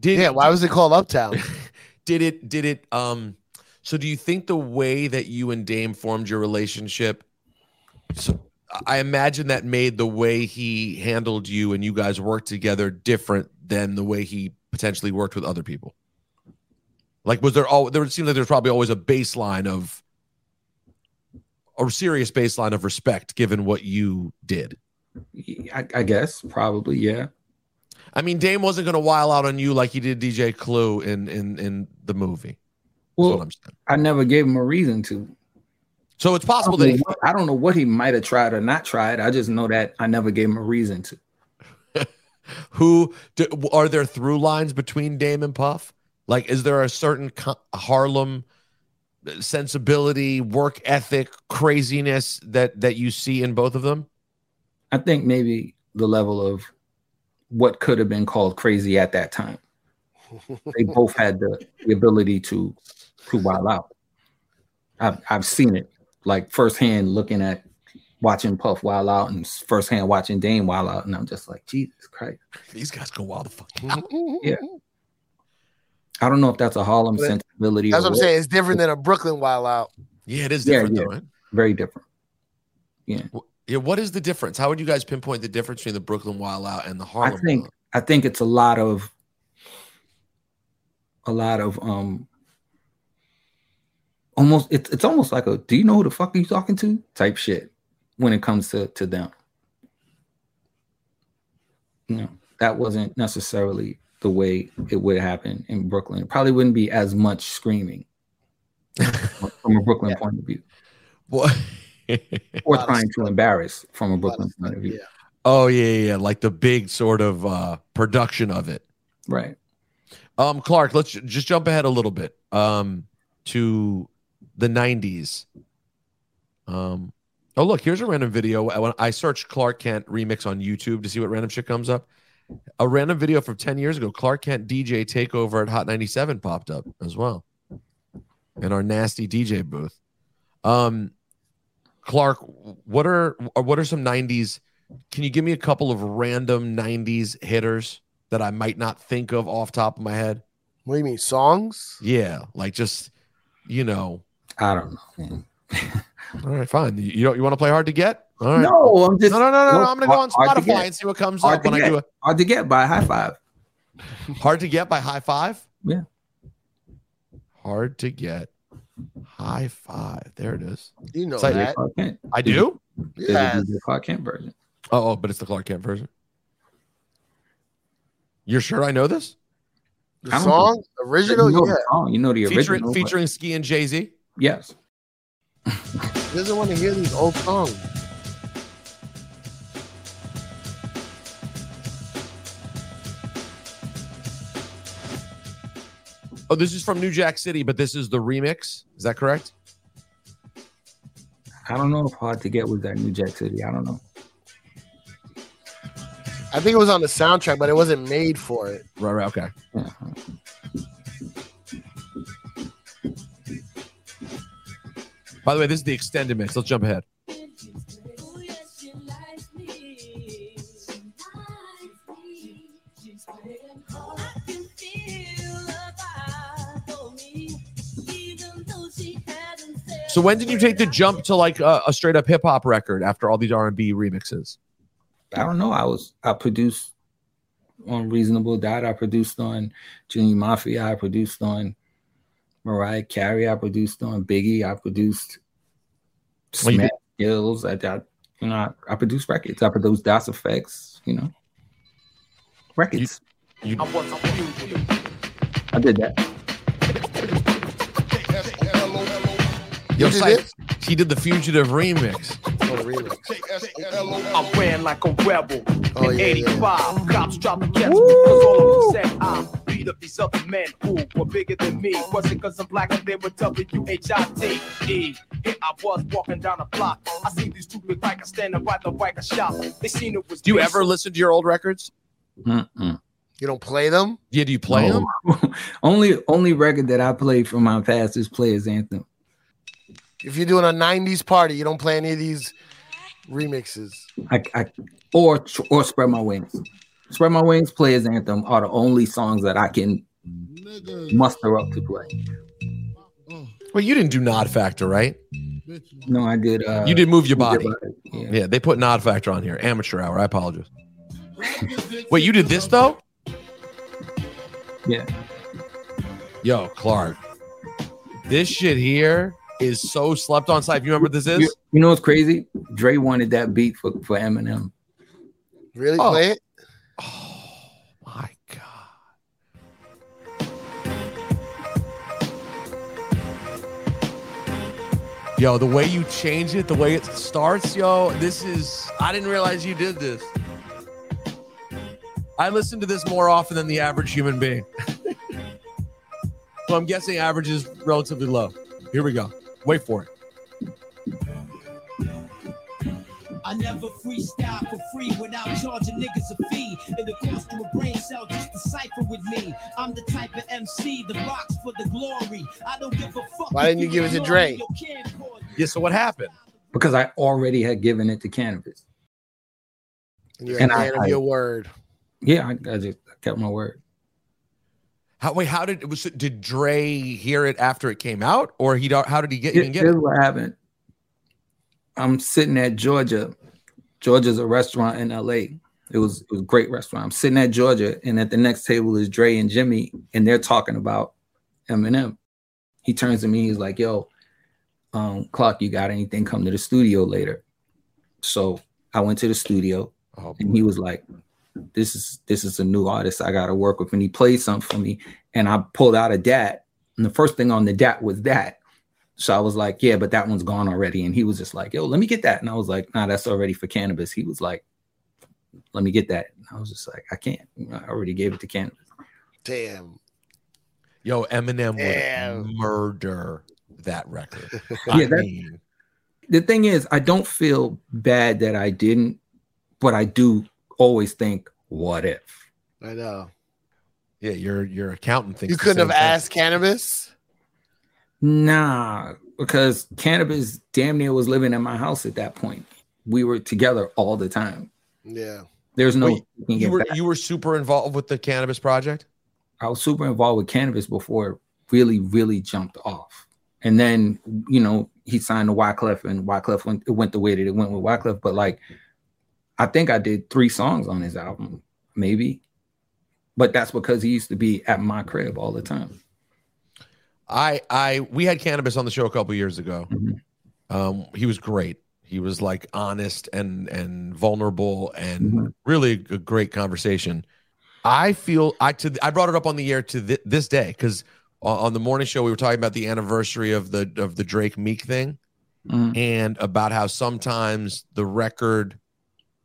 S7: did
S3: yeah, why was it called
S8: (laughs)
S3: Uptown?
S7: (laughs) did it did it um so do you think the way that you and Dame formed your relationship so I imagine that made the way he handled you and you guys worked together different than the way he potentially worked with other people. Like was there all there seemed like there's probably always a baseline of a serious baseline of respect given what you did.
S8: I, I guess probably yeah.
S7: I mean, Dame wasn't going to while out on you like he did DJ Clue in in in the movie.
S8: Well, I never gave him a reason to.
S7: So it's possible
S8: I
S7: that
S8: don't
S7: he,
S8: know what- I don't know what he might have tried or not tried. I just know that I never gave him a reason to.
S7: who do, are there through lines between Dame and Puff? Like, is there a certain co- Harlem uh, sensibility, work ethic, craziness that that you see in both of them?
S8: I think maybe the level of what could have been called crazy at
S3: (laughs)
S8: that time. They both had the, the ability to to wild out. I've I've seen it like firsthand looking at watching Puff wild out and s- firsthand watching Dame wild out, and I'm just like, Jesus Christ.
S7: These guys go wild the fuck.
S8: Yeah. I don't know if that's a Harlem
S3: But-
S8: sensibility.
S3: That's
S8: or
S3: what I'm saying. It's different than a Brooklyn wild out.
S7: Yeah, it is
S8: Yeah,
S7: different
S8: yeah.
S7: though. Right?
S8: Very different. Yeah.
S7: Yeah, what is the difference? How would you guys pinpoint the difference between the Brooklyn Wild Out and the
S8: I
S7: Harlem?
S8: think I think it's a lot of a lot of um almost it's it's almost like a do you know who the fuck are you talking to type shit when it comes to to them. You know, that wasn't necessarily the way it would happen in Brooklyn. It probably wouldn't be as much (laughs) screaming from a Brooklyn point of view.
S7: What? (laughs)
S8: or trying to embarrass from a Brooklyn point of view.
S7: Oh yeah, yeah, yeah, like the big sort of uh, production of it.
S8: Right.
S7: Um, Clark, let's ju- just jump ahead a little bit um, to the '90s. Um, oh look, here's a random video. I- When I searched Clark Kent remix on YouTube to see what random shit comes up, a random video from 10 years ago, Clark Kent DJ takeover at Hot 97 popped up as well in our nasty DJ booth. Um, Clark, what are or what are some '90s? Can you give me a couple of random '90s hitters that I might not think of off top of my head?
S3: What do you mean songs?
S7: Yeah, like just you know.
S8: I don't know.
S7: All right, fine. You you don't you want to play hard to get? All right.
S8: No, I'm just
S7: no no no no.
S8: Well,
S7: I'm gonna go on
S8: hard- hard to
S7: Spotify
S8: get.
S7: and see what comes
S8: Hard
S7: up
S8: to
S7: when I
S8: get.
S7: do a
S8: hard to get by high five.
S7: hard to get by high five.
S8: Yeah.
S7: Hard to get high five. There it is.
S3: You know
S7: It's like-
S3: that.
S7: I do.
S3: Yes.
S8: The Clark Kent version.
S7: Oh, oh, but it's the Clark Kent version. You're sure I know this?
S3: The song original,
S8: you know
S3: yeah.
S8: The song. You know the
S7: featuring
S8: original. but-
S7: featuring Ski and Jay Z.
S8: Yes.
S3: He doesn't want to hear these old songs.
S7: Oh, this is from New Jack City, but this is the remix. Is that correct?
S8: I don't know if hard to get was that New Jack City. I don't know.
S3: I think it was on the soundtrack, but it wasn't made for it.
S7: Right, right, okay.
S8: Yeah.
S7: By the way, this is the extended mix. Let's jump ahead. So when did you take the jump to like a, a straight up hip hop record after all these R and B remixes?
S8: I don't know. I was I produced on Reasonable Doubt. I produced on Junior Mafia. I produced on Mariah Carey. I produced on Biggie. I produced
S7: Well, you
S8: Smack Skills. I, I you know I, I produced records. I produced DOS Effects. You know records.
S7: You,
S5: I was a fugitive.
S8: I did that.
S7: Yo,
S5: did
S7: Syph, he did the Fugitive remix.
S5: I ran like a rebel
S3: Oh,
S5: in
S3: yeah,
S5: 85. Cops dropped the catch me
S3: Woo!
S5: because all of them said I beat up these other men who were bigger than me. Was it because I'm black and they were W-H-I-T-E? E, Here I was walking down the block. I seen these two big bikers standing by the biker shop. They seen it was
S7: Do you
S5: me,
S7: ever listen to your old records?
S8: Mm-mm.
S3: You don't play them?
S7: Yeah, do you play
S8: No.
S7: them?
S8: (laughs) only only record that I played for my fastest players anthem.
S3: If you're doing a 90s party, you don't play any of these remixes.
S8: I, I or or spread my wings. Spread my wings, players anthem are the only songs that I can muster up to play.
S7: Well, you didn't do Nod Factor, right?
S8: No, I did. Uh,
S7: you did move your body.
S8: Yeah.
S7: Yeah, they put Nod Factor on here. Amateur hour. I apologize. Wait, you did this though?
S8: Yeah.
S7: Yo, Clark. This shit here is so slept on. Side, you remember what this
S8: You,
S7: is?
S8: you know what's crazy? Dre wanted that beat for, for Eminem.
S3: Really
S7: Oh.
S3: play it?
S7: My God. Yo, the way you change it, the way it starts, yo, this is. I didn't realize you did this. I listen to this more often than the average human being. (laughs) so I'm guessing average is relatively low. Here we go. Wait for it.
S10: I never freestyle for free without charging niggas a fee. In the cost of a brain cell, just to cipher with me. I'm the type of MC that rocks for the glory. I don't give a fuck. if
S3: Why didn't you give it to
S10: ignore
S3: Dre?
S10: me or camcord me.
S7: Yeah, so what happened?
S8: Because I already had given it to Cannabis.
S3: And you're
S8: And
S3: a
S8: I-
S3: man of
S8: I-
S3: your word.
S8: Yeah, I, I just kept my word.
S7: How wait? How did was it, did Dre hear it after it came out, or he don't- how did he get
S8: Here-
S7: even get
S8: Here's
S7: it?
S8: what happened. I'm sitting at Georgia Georgia's a restaurant in LA. It was it was a great restaurant. I'm sitting at Georgia, and at the next table is Dre and Jimmy, and they're talking about Eminem. He turns to me, he's like, "Yo, um, Clark, you got anything? Come to the studio later." So I went to the studio,
S3: Oh,
S8: and he was like, "This is this is a new artist I got to work with," and he played something for me, and I pulled out a dat, and the first thing on the dat was that. So I was like, "Yeah, but that one's gone already," and he was just like, "Yo, let me get that," and I was like, "Nah, that's already for cannabis." He was like let me get that. And I was just like, I can't. I already gave it to Cannabis.
S3: Damn.
S7: Yo, Eminem would murder
S3: (laughs)
S7: that record.
S8: yeah, that- the thing is, I don't feel bad that I didn't, but I do always think, what if?
S3: I know.
S7: Yeah, your your accountant thinks
S3: You
S7: the
S3: couldn't
S7: same
S3: have
S7: thing.
S3: asked cannabis.
S8: Nah, because Cannabis damn near was living in my house at that point. We were together all the time.
S3: Yeah.
S8: There's no.
S7: Wait,
S8: we can
S7: you
S8: get
S7: were
S8: back.
S7: you were super involved with the cannabis project.
S8: I was super involved with cannabis before it really, really jumped off. And then, you know, he signed to Wyclef and Wyclef went it went the way that it went with Wyclef. But like I think I did three songs on his album, maybe. But that's because he used to be at my crib all the time.
S7: I I we had cannabis on the show a couple years ago.
S3: Mm-hmm.
S7: Um, he was great. He was like honest and and vulnerable and
S3: Mm-hmm.
S7: really a great conversation. I feel I to I brought it up on the air to thi- this day because on the morning show we were talking about the anniversary of the of the Drake Meek thing
S8: Mm-hmm.
S7: and about how sometimes the record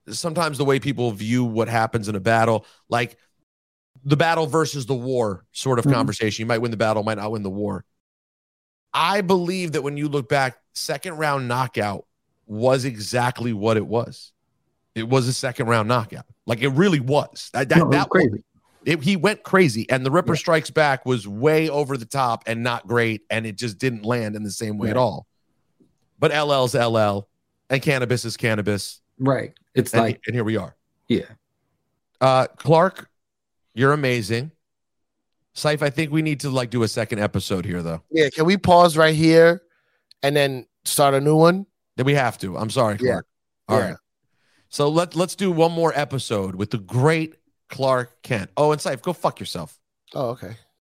S7: sometimes the way people view what happens in a battle like the battle versus the war sort of
S8: Mm-hmm.
S16: Mhm.
S7: conversation. You might win the battle, might not win the war. I believe that when you look back, second round knockout was exactly what it was. It was a second round knockout. Like it really was. That, that,
S8: No, it was
S7: that
S8: crazy.
S7: it, he went crazy, and the Ripper Strikes Back was way over the top and not great, and it just didn't land in the same way at
S8: Right.
S7: all. But LL's LL, and cannabis is cannabis.
S8: Right. It's
S7: And-
S8: like-
S7: and here we are.
S8: Yeah.
S7: Uh, Clark, you're amazing. Syfe, I think we need to like do a second episode here, though.
S3: Yeah. Can we pause right here and then start a new one?
S7: Then we have to. I'm sorry,
S3: Yeah.
S7: Clark. All right.
S3: Yeah.
S7: So let let's do one more episode with the great Clark Kent. Oh, and Syfe, go fuck yourself.
S3: Oh, okay.